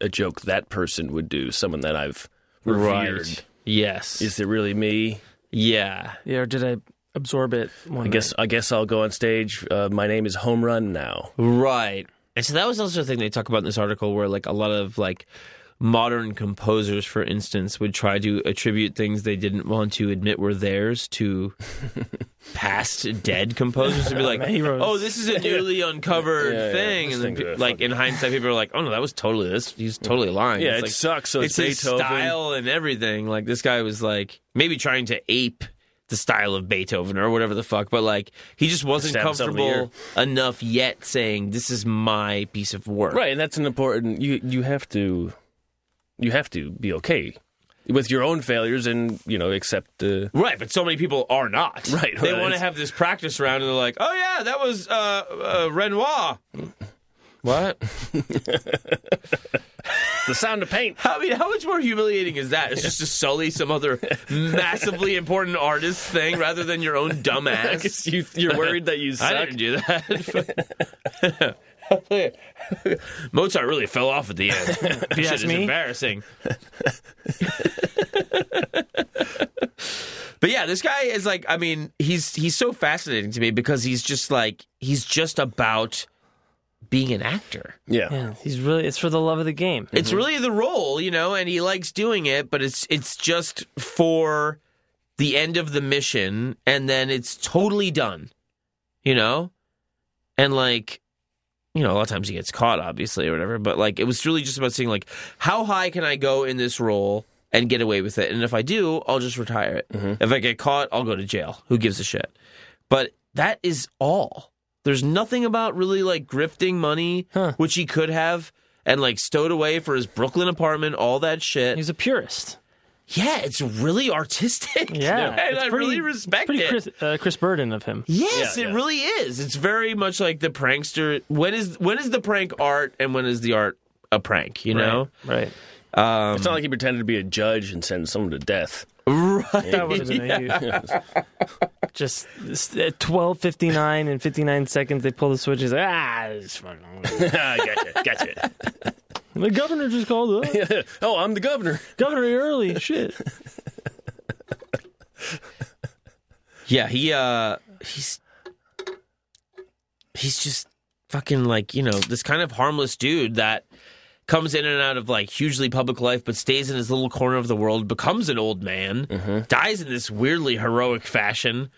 a joke that person would do," someone that I've revered. Yes. Is it really me? yeah. Yeah, or did I absorb it? One I guess I guess I'll go on stage. Uh, my name is Home Run now. Right. And so that was also the thing they talk about in this article where like a lot of like modern composers for instance would try to attribute things they didn't want to admit were theirs [LAUGHS] to past dead composers to be like Heroes. oh this is a newly uncovered Yeah, yeah, thing those and then things pe- are like fucking- in hindsight people are like oh no that was totally this he's totally lying Yeah, it like, sucks. So it's, his Beethoven. style and everything. Like this guy was like maybe trying to ape the style of Beethoven or whatever the fuck, but like he just wasn't Stab himself in the comfortable enough yet saying this is my piece of work. Right, and that's an important. You you have to, you have to be okay with your own failures, and you know accept. Uh, Right, but so many people are not. Right, They right. want to have this practice round and they're like, "Oh yeah, that was uh, uh Renoir." What? the sound of paint. I mean, how much more humiliating is that? It's just to sully some [LAUGHS] other massively important artist thing rather than your own dumbass. you, you're worried [LAUGHS] that you I suck. didn't do that. [LAUGHS] [LAUGHS] Mozart really fell off at the end. [LAUGHS] If you Shit ask is me, embarrassing. [LAUGHS] but yeah, this guy is like, I mean, he's he's so fascinating to me because he's just like he's just about being an actor. Yeah. yeah, he's really. It's for the love of the game. It's really the role, you know, and he likes doing it, but it's it's just for the end of the mission and then it's totally done. You know? And like you know, a lot of times he gets caught obviously or whatever, but like it was really just about seeing like how high can I go in this role and get away with it? And if I do, I'll just retire it. If I get caught, I'll go to jail. Who gives a shit? But that is all. There's nothing about really like grifting money, which he could have, and like stowed away for his Brooklyn apartment, all that shit. He's a purist. yeah, it's really artistic. [LAUGHS] [LAUGHS] Yeah, and it's I pretty- really it's respect pretty it. Chris, uh, Chris Burden of him. Yes, Yeah, it yeah. really is. It's very much like the prankster. When is when is the prank art, and when is the art a prank? You know, Right. It's not like he pretended to be a judge and send someone to death. [LAUGHS] [LAUGHS] right? That would have been a huge. [LAUGHS] Just at twelve fifty nine and fifty nine seconds, they pull the switches. Ah, it's fucking- gotcha, Ah, gotcha. the governor just called. Up. [LAUGHS] oh, I'm the governor. Governor, you're early. Shit. Yeah, he uh, he's he's just fucking like you know this kind of harmless dude that comes in and out of like hugely public life, but stays in his little corner of the world, becomes an old man, dies in this weirdly heroic fashion,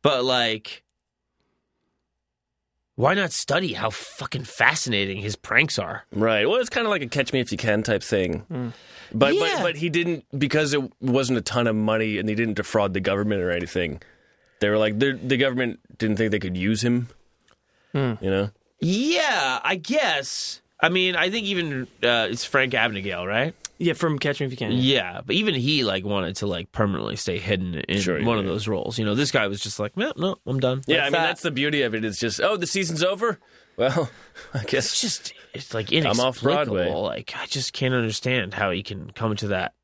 but like. Why not study how fucking fascinating his pranks are? Right. Well, it's kind of like a catch me if you can type thing. But, Yeah. but but he didn't because it wasn't a ton of money and they didn't defraud the government or anything. They were like they're- the government didn't think they could use him. You know. Yeah, I guess. I mean, I think even uh, it's Frank Abnegale, right? Yeah, from Catch Me If You Can. Yeah, but even he like wanted to like permanently stay hidden in Sure, one of yeah. those roles. You know, this guy was just like, no, no, I'm done. Yeah, Like I mean that. that's the beauty of it. It's just oh, the season's over. Well, [LAUGHS] I It's guess just it's like off inexplicable. Broadway. Like I just can't understand how he can come to that.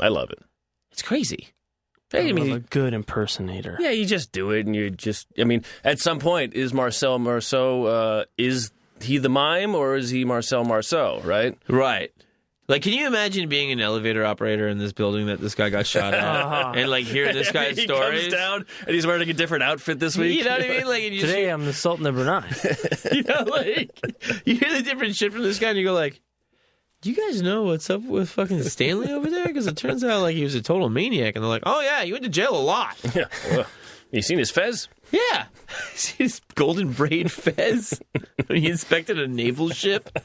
I love it. It's crazy. I I'm a mean, good impersonator. yeah, you just do it, and you just. I mean, at some point, is Marcel Marceau uh, is he the mime or is he Marcel Marceau? Right? Right. Like, can you imagine being an elevator operator in this building that this guy got shot [LAUGHS] at, Uh-huh. and like hear this guy's he stories? comes down and he's wearing a different outfit this week. You know what [LAUGHS] I mean? Like, and you just Today I'm the Sultan of Brunei. [LAUGHS] you know, like you hear the different shit from this guy, and you go like, "Do you guys know what's up with fucking Stanley over there?" Because it turns out like he was a total maniac, and they're like, "Oh yeah, he went to jail a lot." Yeah. Well, you seen his fez? yeah, [LAUGHS] see his golden braid fez [LAUGHS] when he inspected a naval ship.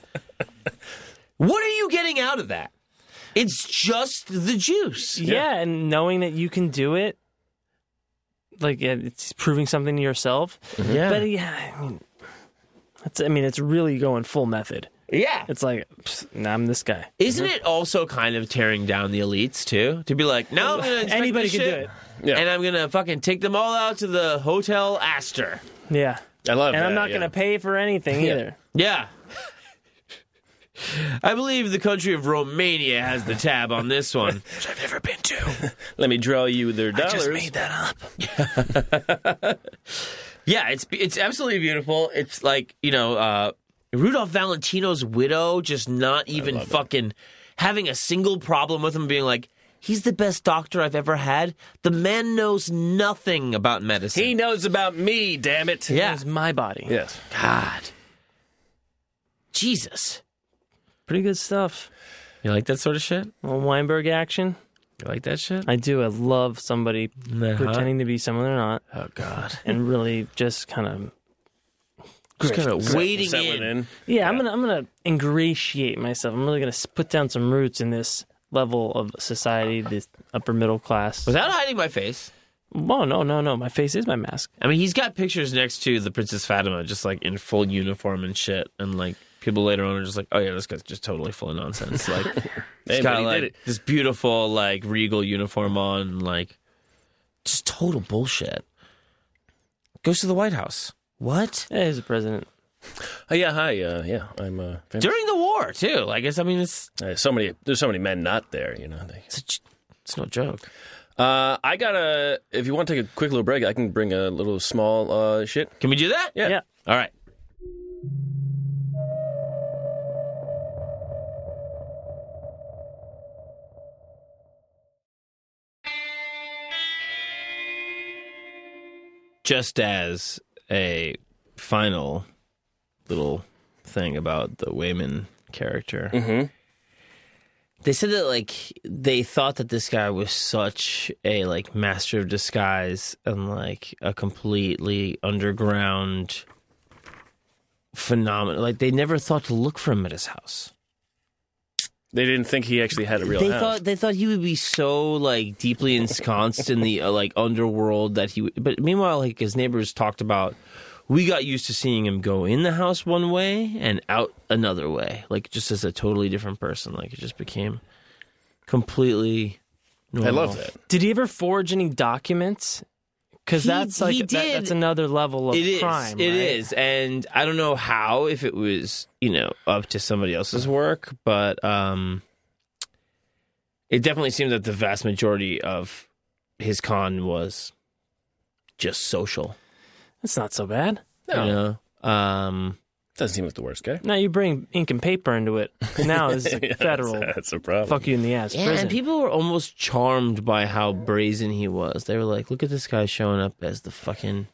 What are you getting out of that? It's just the [LAUGHS] juice. yeah, and knowing that you can do it, like yeah, it's proving something to yourself. Yeah, But yeah, I mean, it's, I mean, it's really going full method. yeah. It's like, psst, nah, I'm this guy. Isn't it also kind of tearing down the elites too? To be like, now I'm gonna inspect Anybody this can do ship, it. Yeah. and I'm gonna fucking take them all out to the Hotel Astor. Yeah, I love. and I'm that, not yeah. gonna pay for anything either. Yeah. I believe the country of Romania has the tab on this one, [LAUGHS] which I've never been to. Let me draw you their dollars. that up. yeah, it's it's absolutely beautiful. It's like you know uh, Rudolph Valentino's widow, just not even fucking having a single problem with him, being like, "He's the best doctor I've ever had. The man knows nothing about medicine." He knows about me. Damn it. yeah, It's my body. Yes. God, Jesus. Pretty good stuff. You like that sort of shit? Well, Weinberg action. You like that shit? I do. I love somebody Uh-huh. pretending to be someone they're not, Oh God. and really just kind of. Just kind of waiting Settling in. in. Yeah, I'm gonna I'm gonna ingratiate myself. I'm really gonna s- put down some roots in this level of society, this upper middle class. without hiding my face. Oh no no no! My face is my mask. I mean, he's got pictures next to the Princess Fatima, just like in full uniform and shit, and like people later on are just like, "Oh yeah, this guy's just totally full of nonsense." [LAUGHS] Like, Hey, he's but got he like did it. this beautiful like regal uniform on, and, like just total bullshit. Goes to the White House. What? Yeah, he's the president. Oh, yeah. Hi. Uh, yeah. I'm. Uh, famous. During the war too. Like it's. I mean, it's Uh, so many. There's so many men not there. You know. They, it's, a, j- it's no joke. Uh, I got to If you want to take a quick little break, I can bring a little small uh, shit. Can we do that? Yeah. Yeah. All right. Just as a final little thing about the Wayman character, they said that like they thought that this guy was such a like master of disguise and like a completely underground phenomenon like they never thought to look for him at his house They didn't think he actually had a real they house. thought they thought he would be so like deeply ensconced in the uh, like underworld that he would but meanwhile like his neighbors talked about we got used to seeing him go in the house one way and out another way like just as a totally different person like it just became completely I love that. Did he ever forge any documents? Because He- that's like he that- did. that's another level of It is. crime. It right? is. And I don't know how if it was, you know, up to somebody else's work, but um it definitely seemed that the vast majority of his con was just social. It's not so bad. No, You know? Um doesn't seem like the worst guy. [LAUGHS] Now you bring ink and paper into it. Now [LAUGHS] this is Yeah, a federal That's, that's a problem. fuck you in the ass yeah, prison. and people were almost charmed by how brazen he was. They were like, "Look at this guy showing up as the fucking,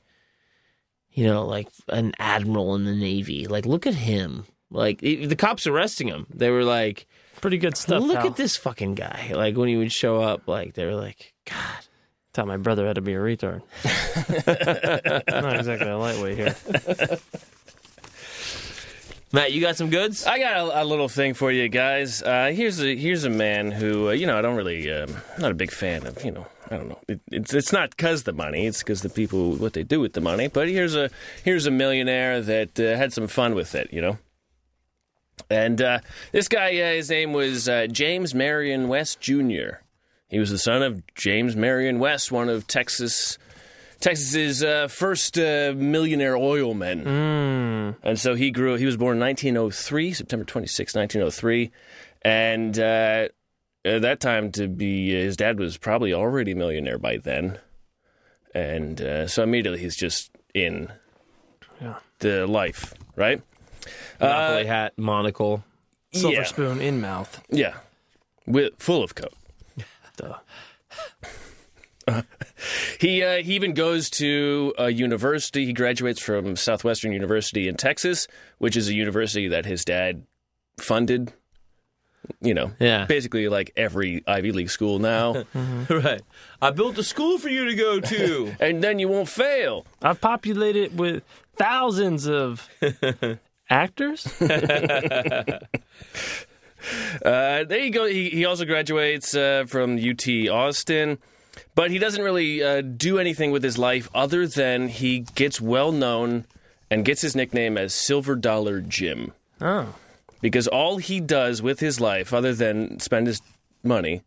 you know, like an admiral in the navy. Like, look at him. Like, it- the cops arresting him. They were like, Pretty good stuff. Look pal. at this fucking guy. Like when he would show up, like they were like, God. Thought my brother had to be a [LAUGHS] retard. not exactly a lightweight here. Matt, you got some goods? I got a, a little thing for you guys. Uh, here's a here's a man who uh, you know I don't really um, I'm not a big fan of. You know I don't know. It, it's it's not because the money. It's because the people what they do with the money. But here's a here's a millionaire that uh, had some fun with it. You know. And uh, this guy, uh, his name was uh, James Marion West Jr. He was the son of James Marion West, one of Texas Texas's uh, first uh, millionaire oil men. And so he grew. He was born in 1903, September 26, 1903, and uh, at that time, to be his dad was probably already a millionaire by then, and uh, so immediately he's just in Yeah. the life, right? Monopoly hat, monocle. Silver Yeah. spoon in mouth. Yeah, with full [LAUGHS] of coke. Duh. [LAUGHS] He uh, he even goes to a university. He graduates from Southwestern University in Texas, which is a university that his dad funded. You know, Yeah. Mm-hmm. basically like every Ivy League school [LAUGHS] now. right. I built a school for you to go to. [LAUGHS] and then you won't fail. I've populated it with thousands of actors. Uh, there you go. He, he also graduates uh, from UT Austin, but he doesn't really uh, do anything with his life other than he gets well known and gets his nickname as Silver Dollar Jim. Oh, because all he does with his life, other than spend his money,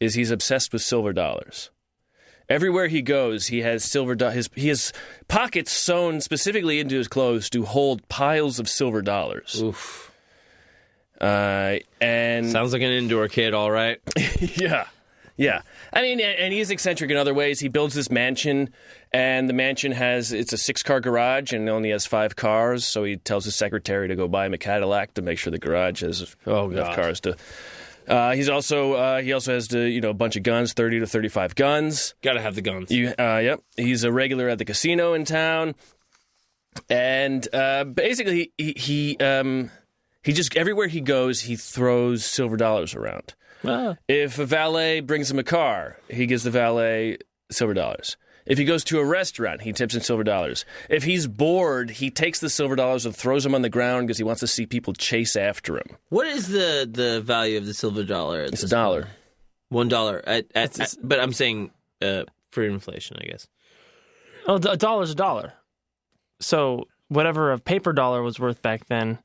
is he's obsessed with silver dollars. Everywhere he goes, he has silver. Do- his he has pockets sewn specifically into his clothes to hold piles of silver dollars. Oof. Uh, and Sounds like an indoor kid, all right. [LAUGHS] yeah. Yeah. I mean, and, and he is eccentric in other ways. He builds this mansion, and the mansion has it's a six car garage and it only has five cars. So he tells his secretary to go buy him a Cadillac to make sure the garage has Oh, enough God. cars to. Uh, he's also uh, he also has to you know a bunch of guns, thirty to thirty five guns. Gotta have the guns. You, uh, yep, he's a regular at the casino in town, and uh, basically he he um, he just everywhere he goes, he throws silver dollars around. Ah. If a valet brings him a car, he gives the valet silver dollars. If he goes to a restaurant, he tips in silver dollars. If he's bored, he takes the silver dollars and throws them on the ground because he wants to see people chase after him. What is the the value of the silver dollar? It's a dollar. One dollar. At, at, at, but I'm saying uh, for inflation, I guess. oh, d- a dollar's a dollar. So whatever a paper dollar was worth back then,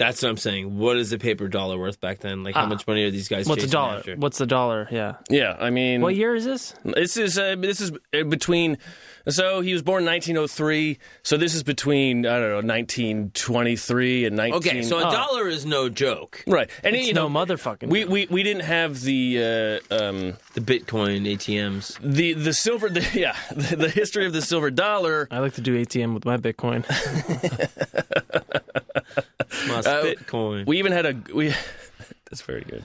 That's what I'm saying. What is a paper dollar worth back then? Like, how Ah. much money are these guys? what's a chasing dollar? after? What's a dollar? Yeah. Yeah, I mean, What year is this? this is uh, this is uh, between. So he was born in 1903. So this is between I don't know 1923 and 19. Okay, so a Oh. dollar is no joke. right, and It's you no know, motherfucking. we, we we didn't have the uh, um, The Bitcoin ATMs. the the silver. The, [LAUGHS] yeah, the, the history of the silver dollar. I like to do ATM with my Bitcoin. My Bitcoin. We even had a we. [LAUGHS] That's very good.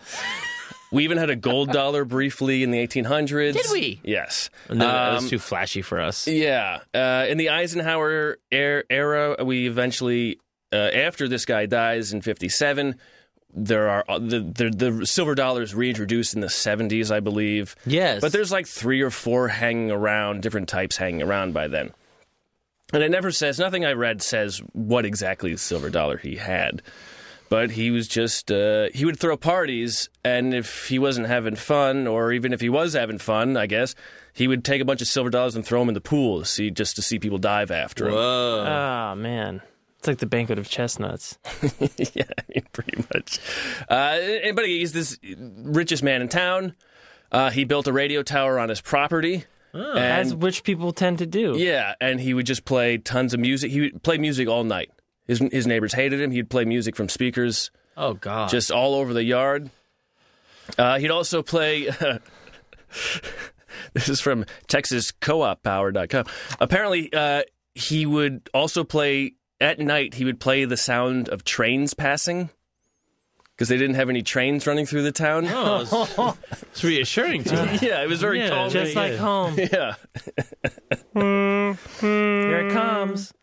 We even had a gold dollar briefly in the 1800s. Did we? Yes. No, no, Um, that's too flashy for us. Yeah. Uh, in the Eisenhower er- era, we eventually, uh, after this guy dies in 57, there are uh, the, the the silver dollars reintroduced in the 70s, I believe. Yes. But there's like three or four hanging around, different types hanging around by then. And it never says, nothing I read says what exactly the silver dollar he had. But he was just, uh, he would throw parties, and if he wasn't having fun, or even if he was having fun, I guess, he would take a bunch of silver dollars and throw them in the pool to see, just to see people dive after him. Whoa. Ah man, it's like the banquet of chestnuts. [LAUGHS] yeah, I mean, pretty much. Uh, and- but he's this richest man in town. Uh, he built a radio tower on his property. Oh, as and, which people tend to do. yeah, and he would just play tons of music. He would play music all night. His, his neighbors hated him. He'd play music from speakers Oh God. just all over the yard. Uh, he'd also play. [LAUGHS] this is from TexasCoopPower.com. Apparently, uh, he would also play at night. He would play the sound of trains passing because they didn't have any trains running through the town. Oh, it's, it's reassuring to me. [LAUGHS] Yeah, it was very Yeah, calming. Just Yeah, like yeah. home. [LAUGHS] yeah, Here it comes.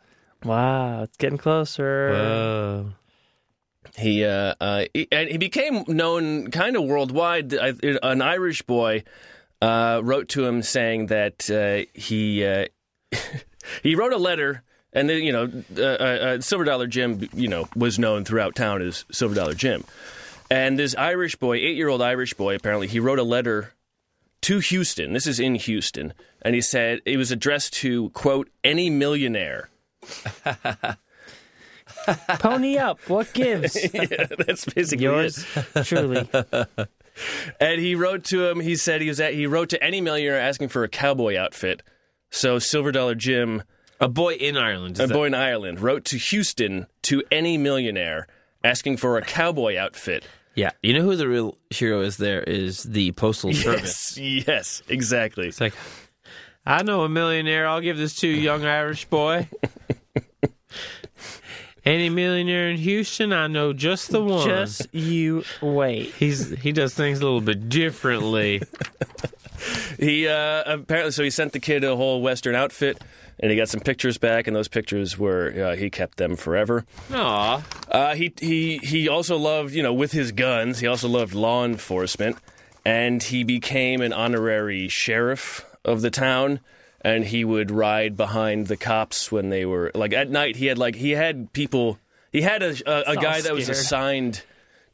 Wow, it's getting Uh, closer. Whoa. he, uh, uh, he- and he became known kind of worldwide. I, an Irish boy uh, wrote to him saying that uh, he uh, [LAUGHS] he wrote a letter, and then you know, uh, uh, uh, Silver Dollar Jim, you know, was known throughout town as Silver Dollar Jim. And this Irish boy, eight-year-old Irish boy, apparently he wrote a letter to Houston. This is in Houston, and he said it was addressed to quote any millionaire. [LAUGHS] Pony up. What gives? Yeah, that's basically it. Yours truly. And he wrote to him. He said he was at. He wrote to any millionaire asking for a cowboy outfit. So Silver Dollar Jim, A boy in Ireland. a Is that- boy in Ireland, wrote to Houston to any millionaire asking for a [LAUGHS] cowboy outfit. yeah. You know who the real hero is? There is the postal service. Yes, yes, exactly. It's like, I know a millionaire. I'll give this to a young Irish [LAUGHS] boy. Any millionaire in Houston, I know just the one. Just you wait. He's he does things a little bit differently. He uh, apparently so he sent the kid a whole western outfit, and he got some pictures back, and those pictures were uh, he kept them forever. [LAUGHS] Aw. Uh, he he he also loved you know with his guns. He also loved law enforcement, and he became an honorary sheriff of the town. And he would ride behind the cops when they were like at night. He had like he had people. He had a a, a all guy that was scared. assigned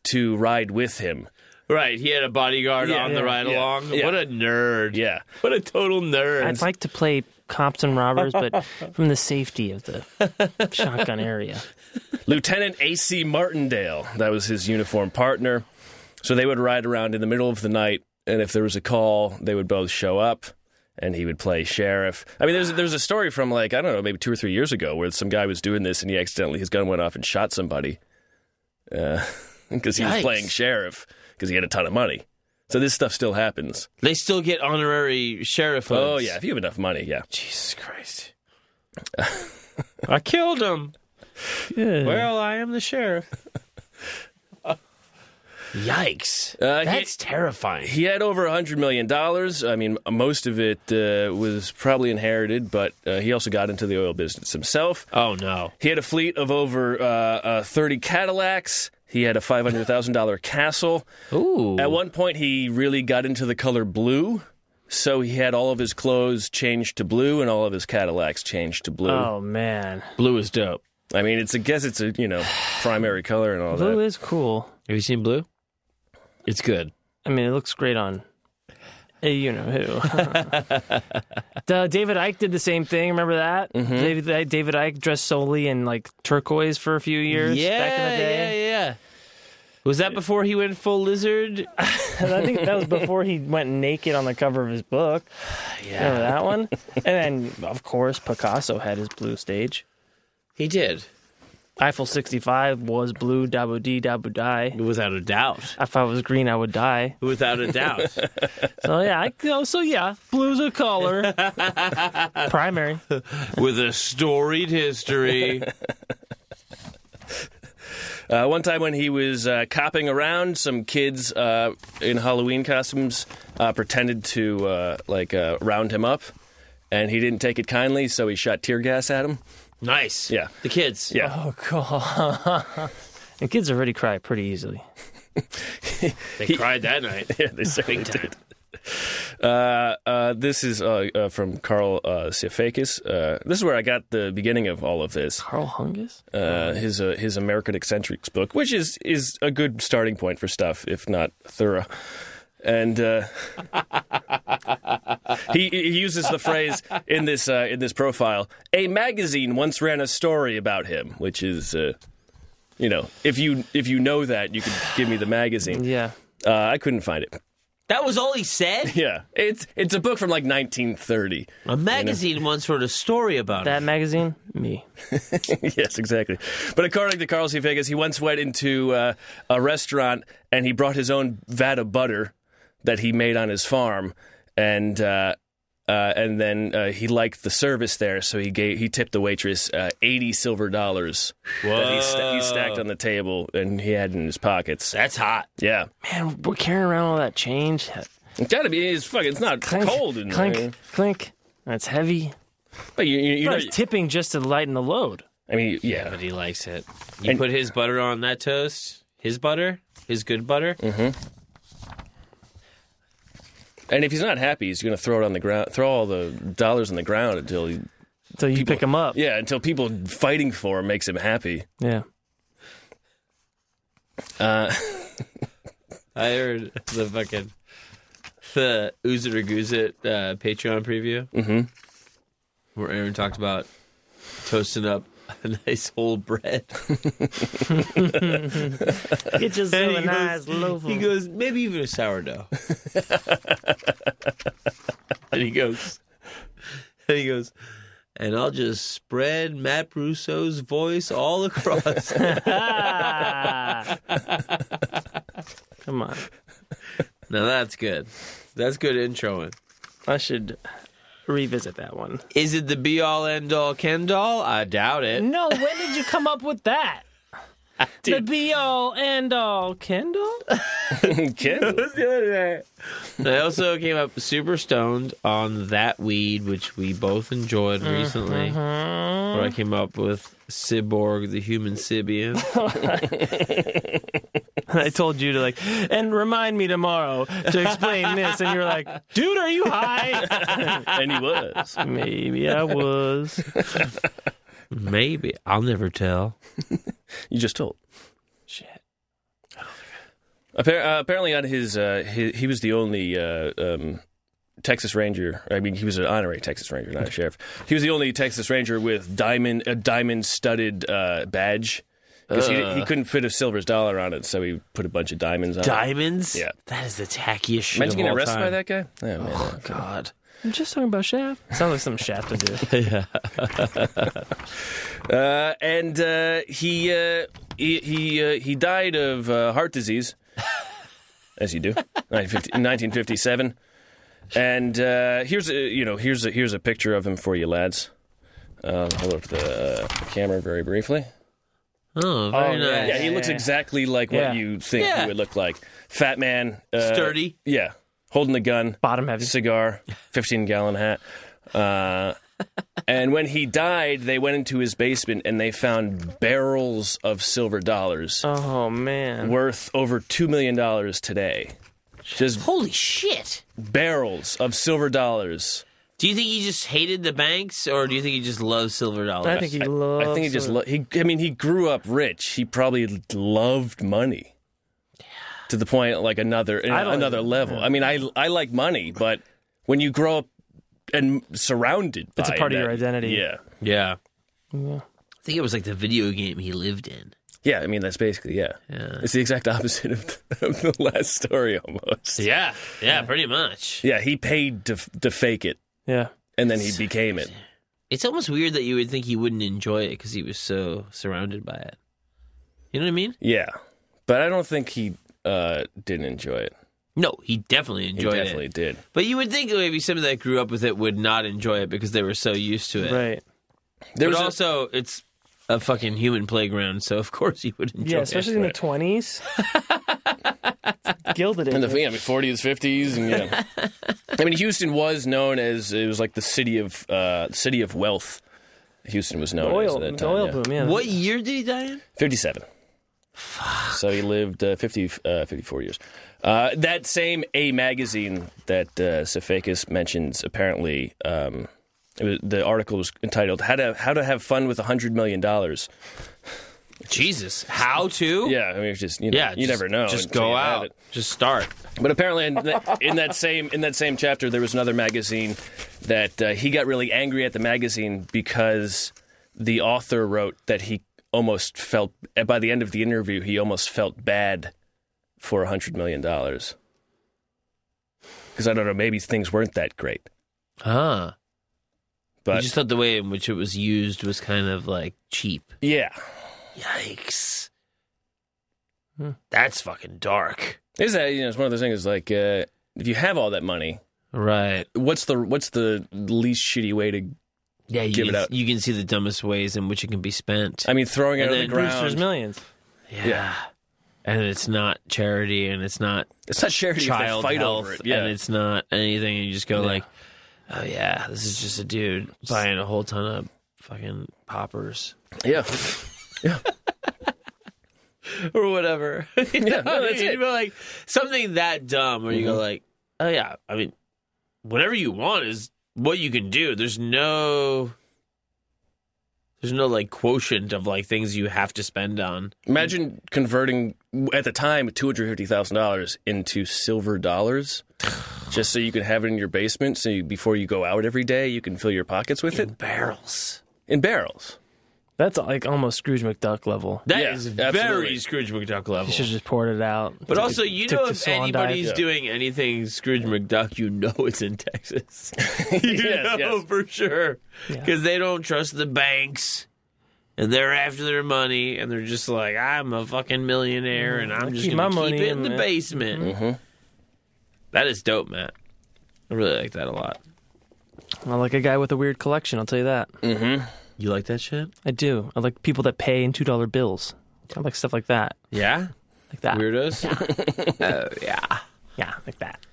to ride with him. Right, he had a bodyguard Yeah, on the yeah, ride yeah, along. yeah. What a nerd. Yeah, What a total nerd. I'd like to play cops and [LAUGHS] robbers, but from the safety of the shotgun area. Lieutenant A.C. Martindale. That was his uniform partner. So they would ride around in the middle of the night, and if there was a call, they would both show up, and he would play sheriff. I mean, there's there's a story from like I don't know, maybe two or three years ago, where some guy was doing this, and he accidentally his gun went off and shot somebody, [LAUGHS] because he Yikes. was playing sheriff because he had a ton of money. So this stuff still happens. they still get honorary sheriff. Oh hoods. yeah, if you have enough money, yeah. Jesus Christ. [LAUGHS] I killed him. Well, I am the sheriff. Yikes. Uh, he- That's terrifying. He had over $100 million. I mean, most of it uh, was probably inherited, but uh, he also got into the oil business himself. Oh no. He had a fleet of over uh, uh, 30 Cadillacs. He had a $500,000 castle. Ooh. At one point, he really got into the color blue. So he had all of his clothes changed to blue and all of his Cadillacs changed to blue. Oh man, Blue is dope. I mean, it's a guess it's a, you know, [SIGHS] primary color and all blue that. is cool. Have you seen Blue? It's good. I mean, it looks great on. eh, You know who? [LAUGHS] Duh, David Icke did the same thing. Remember that? Mm-hmm. David, David Icke dressed solely in like turquoise for a few years back in the day. yeah, yeah. Was that before he went full lizard? And I think that was before he went naked on the cover of [SIGHS] his book. Remember [LAUGHS] that one? And then, of course, Picasso had his blue stage. He did, Eiffel 65 was blue, dabu dee, dabu die. without a doubt. If I was green, I would die. Without [LAUGHS] a doubt. So, yeah, I, oh, so yeah, blue's [LAUGHS] a color. Primary. With a storied history. Uh, one time when he was uh, copping around, some kids uh, in Halloween costumes uh, pretended to uh, like uh, round him up, and he didn't take it kindly, so he shot tear gas at him. Nice. Yeah. The kids. Yeah. Oh, God. [LAUGHS] and kids already cry pretty easily. They cried that [LAUGHS] night. Yeah, they certainly did. Uh, uh, this is uh, uh, from Carl uh, Siafakis. Uh, this is where I got the beginning of all of this. Carl Hungus? Uh, his uh, his American Eccentrics book, which is is a good starting point for stuff, if not thorough. And uh, [LAUGHS] he, he uses the phrase in this uh, in this profile. A magazine once ran a story about him, which is, uh, you know, if you if you know that, you could give me the magazine. Yeah. Uh, I couldn't find it. That was all he [LAUGHS] said? Yeah, it's it's a book from like 1930. A magazine once wrote a story about That it. magazine, me. [LAUGHS] yes, exactly. But according to Carl C. Vegas, he once went into uh, a restaurant and he brought his own vat of butter that he made on his farm, and uh, uh, and then uh, he liked the service there, so he gave he tipped the waitress uh, 80 silver dollars that he, sta- he stacked on the table and he had in his pockets. That's hot. Yeah, Man, we're carrying around all that change. it's gotta be. It's fucking. It's not Clink, cold in clink, there. clink. That's heavy. But you, you, you know, He's tipping just to lighten the load. I mean, yeah. But he likes it. You And- put his butter on that toast, his butter, his good butter. And if he's not happy, he's going to throw it on the ground, throw all the dollars on the ground until he, So you pick him up. yeah, until people fighting for him makes him happy. [LAUGHS] [LAUGHS] Yeah. I heard the fucking the ooze it or goose it uh, Patreon preview, mm-hmm. where Aaron talked about toasting up a nice whole bread. Get And yourself he a goes- nice loaf He of goes, maybe even a sourdough. and he goes, and he goes, and I'll just spread Matt Russo's voice all across. Ah. Come on. now that's good. That's good introing. I should revisit that one. Is it the be all end all Ken all? I doubt it. No, when did you come up with [LAUGHS] that? The be all end all Kendall? Ken? I also came up super stoned on that weed, which we both enjoyed Mm-hmm. recently. Where I came up with Cyborg, the human Sibian. [LAUGHS] I told you to like and remind me tomorrow [LAUGHS] to explain this and [LAUGHS] you're like, dude, are you high? and he was. Maybe I was. Maybe I'll never tell. You just told. Shit. Appar- uh, apparently, on his, uh, he, he was the only uh, um, Texas Ranger. I mean, he was an honorary Texas Ranger, not a sheriff. He was the only Texas Ranger with diamond a diamond studded uh, badge because he, he couldn't fit a silver's dollar on it, so he put a bunch of diamonds on it. Diamonds? Yeah. That is the tackiest shit. Imagine of getting all arrested time. by that guy. Oh, man, uh, God. I'm just talking about Shaft. Sounds like some Shaft would do. [LAUGHS] Uh, and uh, he uh, he he, uh, he died of uh, heart disease, as you do, 1950 1957. And uh, here's a you know here's a here's a picture of him for you lads. Uh, hold up the uh, camera very briefly. Oh, very Oh, yeah. nice. Yeah, he looks exactly like Yeah. what you think Yeah. he would look like. Fat man, uh, Sturdy. Yeah, holding a gun Bottom heavy. cigar, 15 gallon hat. Uh, and when he died, they went into his basement and they found barrels of silver dollars Oh man. worth over $2 million today. Just Holy shit. barrels of silver dollars. Do you think he just hated the banks or do you think he just loves silver dollars? I think he loves I think he just, lo- he, I mean, he grew up rich. He probably loved money to the point like another, don't another even- level. I mean, I, I like money, but when you grow up and surrounded by It's a part of your that- identity. Yeah. Yeah. I think it was like the video game he lived in. Yeah, I mean that's basically yeah. Yeah. It's the exact opposite of the, [LAUGHS] of the last story almost. Yeah. Yeah, pretty much. Yeah, he paid to f- to fake it, Yeah. and then he became it. It's almost weird that you would think he wouldn't enjoy it because he was so surrounded by it. You know what I mean? Yeah, but I don't think he uh, didn't enjoy it. No, he definitely He enjoyed definitely it. did. But you would think maybe somebody that grew up with it would not enjoy it because they were so used to it. Right. There but was a- also, it's a fucking human playground, so of [LAUGHS] course you would enjoy Yeah, especially in the twenties. Gilded and it. the yeah, I mean, 40s, 50s, and [LAUGHS] yeah. I mean, Houston was known as it was like the city of uh, city of wealth. Houston was known as Oil, at that the time. oil yeah. boom, yeah. it. [LAUGHS] What year did he die in? 57. So he lived uh, 50, uh, 54 years. Uh, that same A magazine that uh, Cephakis mentions apparently, um, it was, the article was entitled "How to How to Have Fun with $100 Million." Yeah, Jesus. How to? I mean, it's just you, know, Yeah. just- you never know. Just until go you have out. it. Just start. But apparently, in, that in that same in that same chapter, there was another magazine that uh, he got really angry at the magazine because the author wrote that he almost felt by the end of the interview he almost felt bad for a hundred million dollars. because I don't know, maybe things weren't that great. Ah. I But just thought the way in which it was used was kind of like cheap. yeah, Yikes. Hmm. That's fucking dark. is that you know, it's one of those things like uh, if you have all that money, Right. what's the what's the least shitty way to? Yeah, you Give it can, up. you can see the dumbest ways in which it can be spent. I mean, throwing it And on the then Brewster's ground. Millions. yeah. And it's not charity and it's not It's not charity. if they child fight health over it. Yeah, and it's not anything and you just go like, Oh yeah, this is just a dude buying a whole ton of fucking poppers. yeah, Or whatever. [LAUGHS] yeah, no, that's it. Mm-hmm. like something that dumb where you go like, Oh yeah, I mean whatever you want is what you can do. There's no there's no like quotient of like things you have to spend on. Imagine converting at the time two hundred fifty thousand dollars into silver dollars, [SIGHS] just so you can have it in your basement. So you, before you go out every day, you can fill your pockets with it Barrels. in barrels. That's like almost Scrooge McDuck level. That Yeah, is very absolutely. Scrooge McDuck level. You should have just poured it out. But Took also, the- you took know, the if Swan dive. anybody's doing anything Scrooge McDuck, you know it's in [LAUGHS] Texas. [LAUGHS] you Yes, know yes. for sure. Yeah. Because they don't trust the banks and they're after their money and they're just like, I'm a fucking millionaire and I'm Mm-hmm. I just keep going to keep my money Mm-hmm. it in in the it." basement. That is dope, Matt. I really like that a lot. I like a guy with a weird collection. I'll tell you that. You like that shit? I do. I like people that pay in two dollar bills. I like stuff like that. Yeah? Like that. Weirdos? Yeah, like that.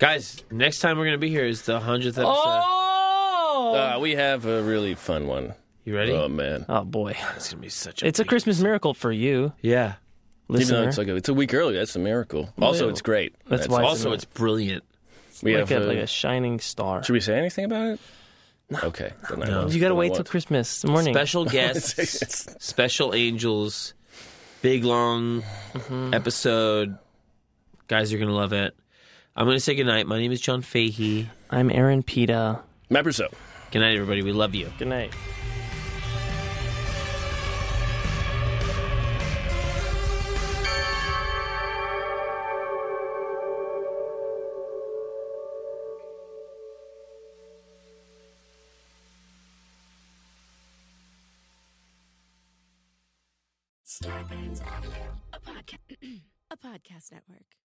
Guys, next time we're going to be here is the 100th episode. Oh. Uh, we have a really fun one. You ready? Oh man, Oh boy, it's going to be such a. it's a Christmas miracle for you, yeah. even though listener. it's like a, it's a week early, that's a miracle. Also, Yeah. it's great. That's why it's Also, it's brilliant. we like, have a, like uh, a shining star. Should we say anything about it? Okay. then I won't. You gotta Then I wait till won't. Christmas morning. Special guests, special angels, big long episode. Guys, you're gonna love it. I'm gonna say goodnight. My name is John Fahey. I'm Aaron Pita. Matt Brousseau. Good night, everybody. We love you. Good night. [CLEARS THROAT] Starburns Audio, a, podca- a podcast network.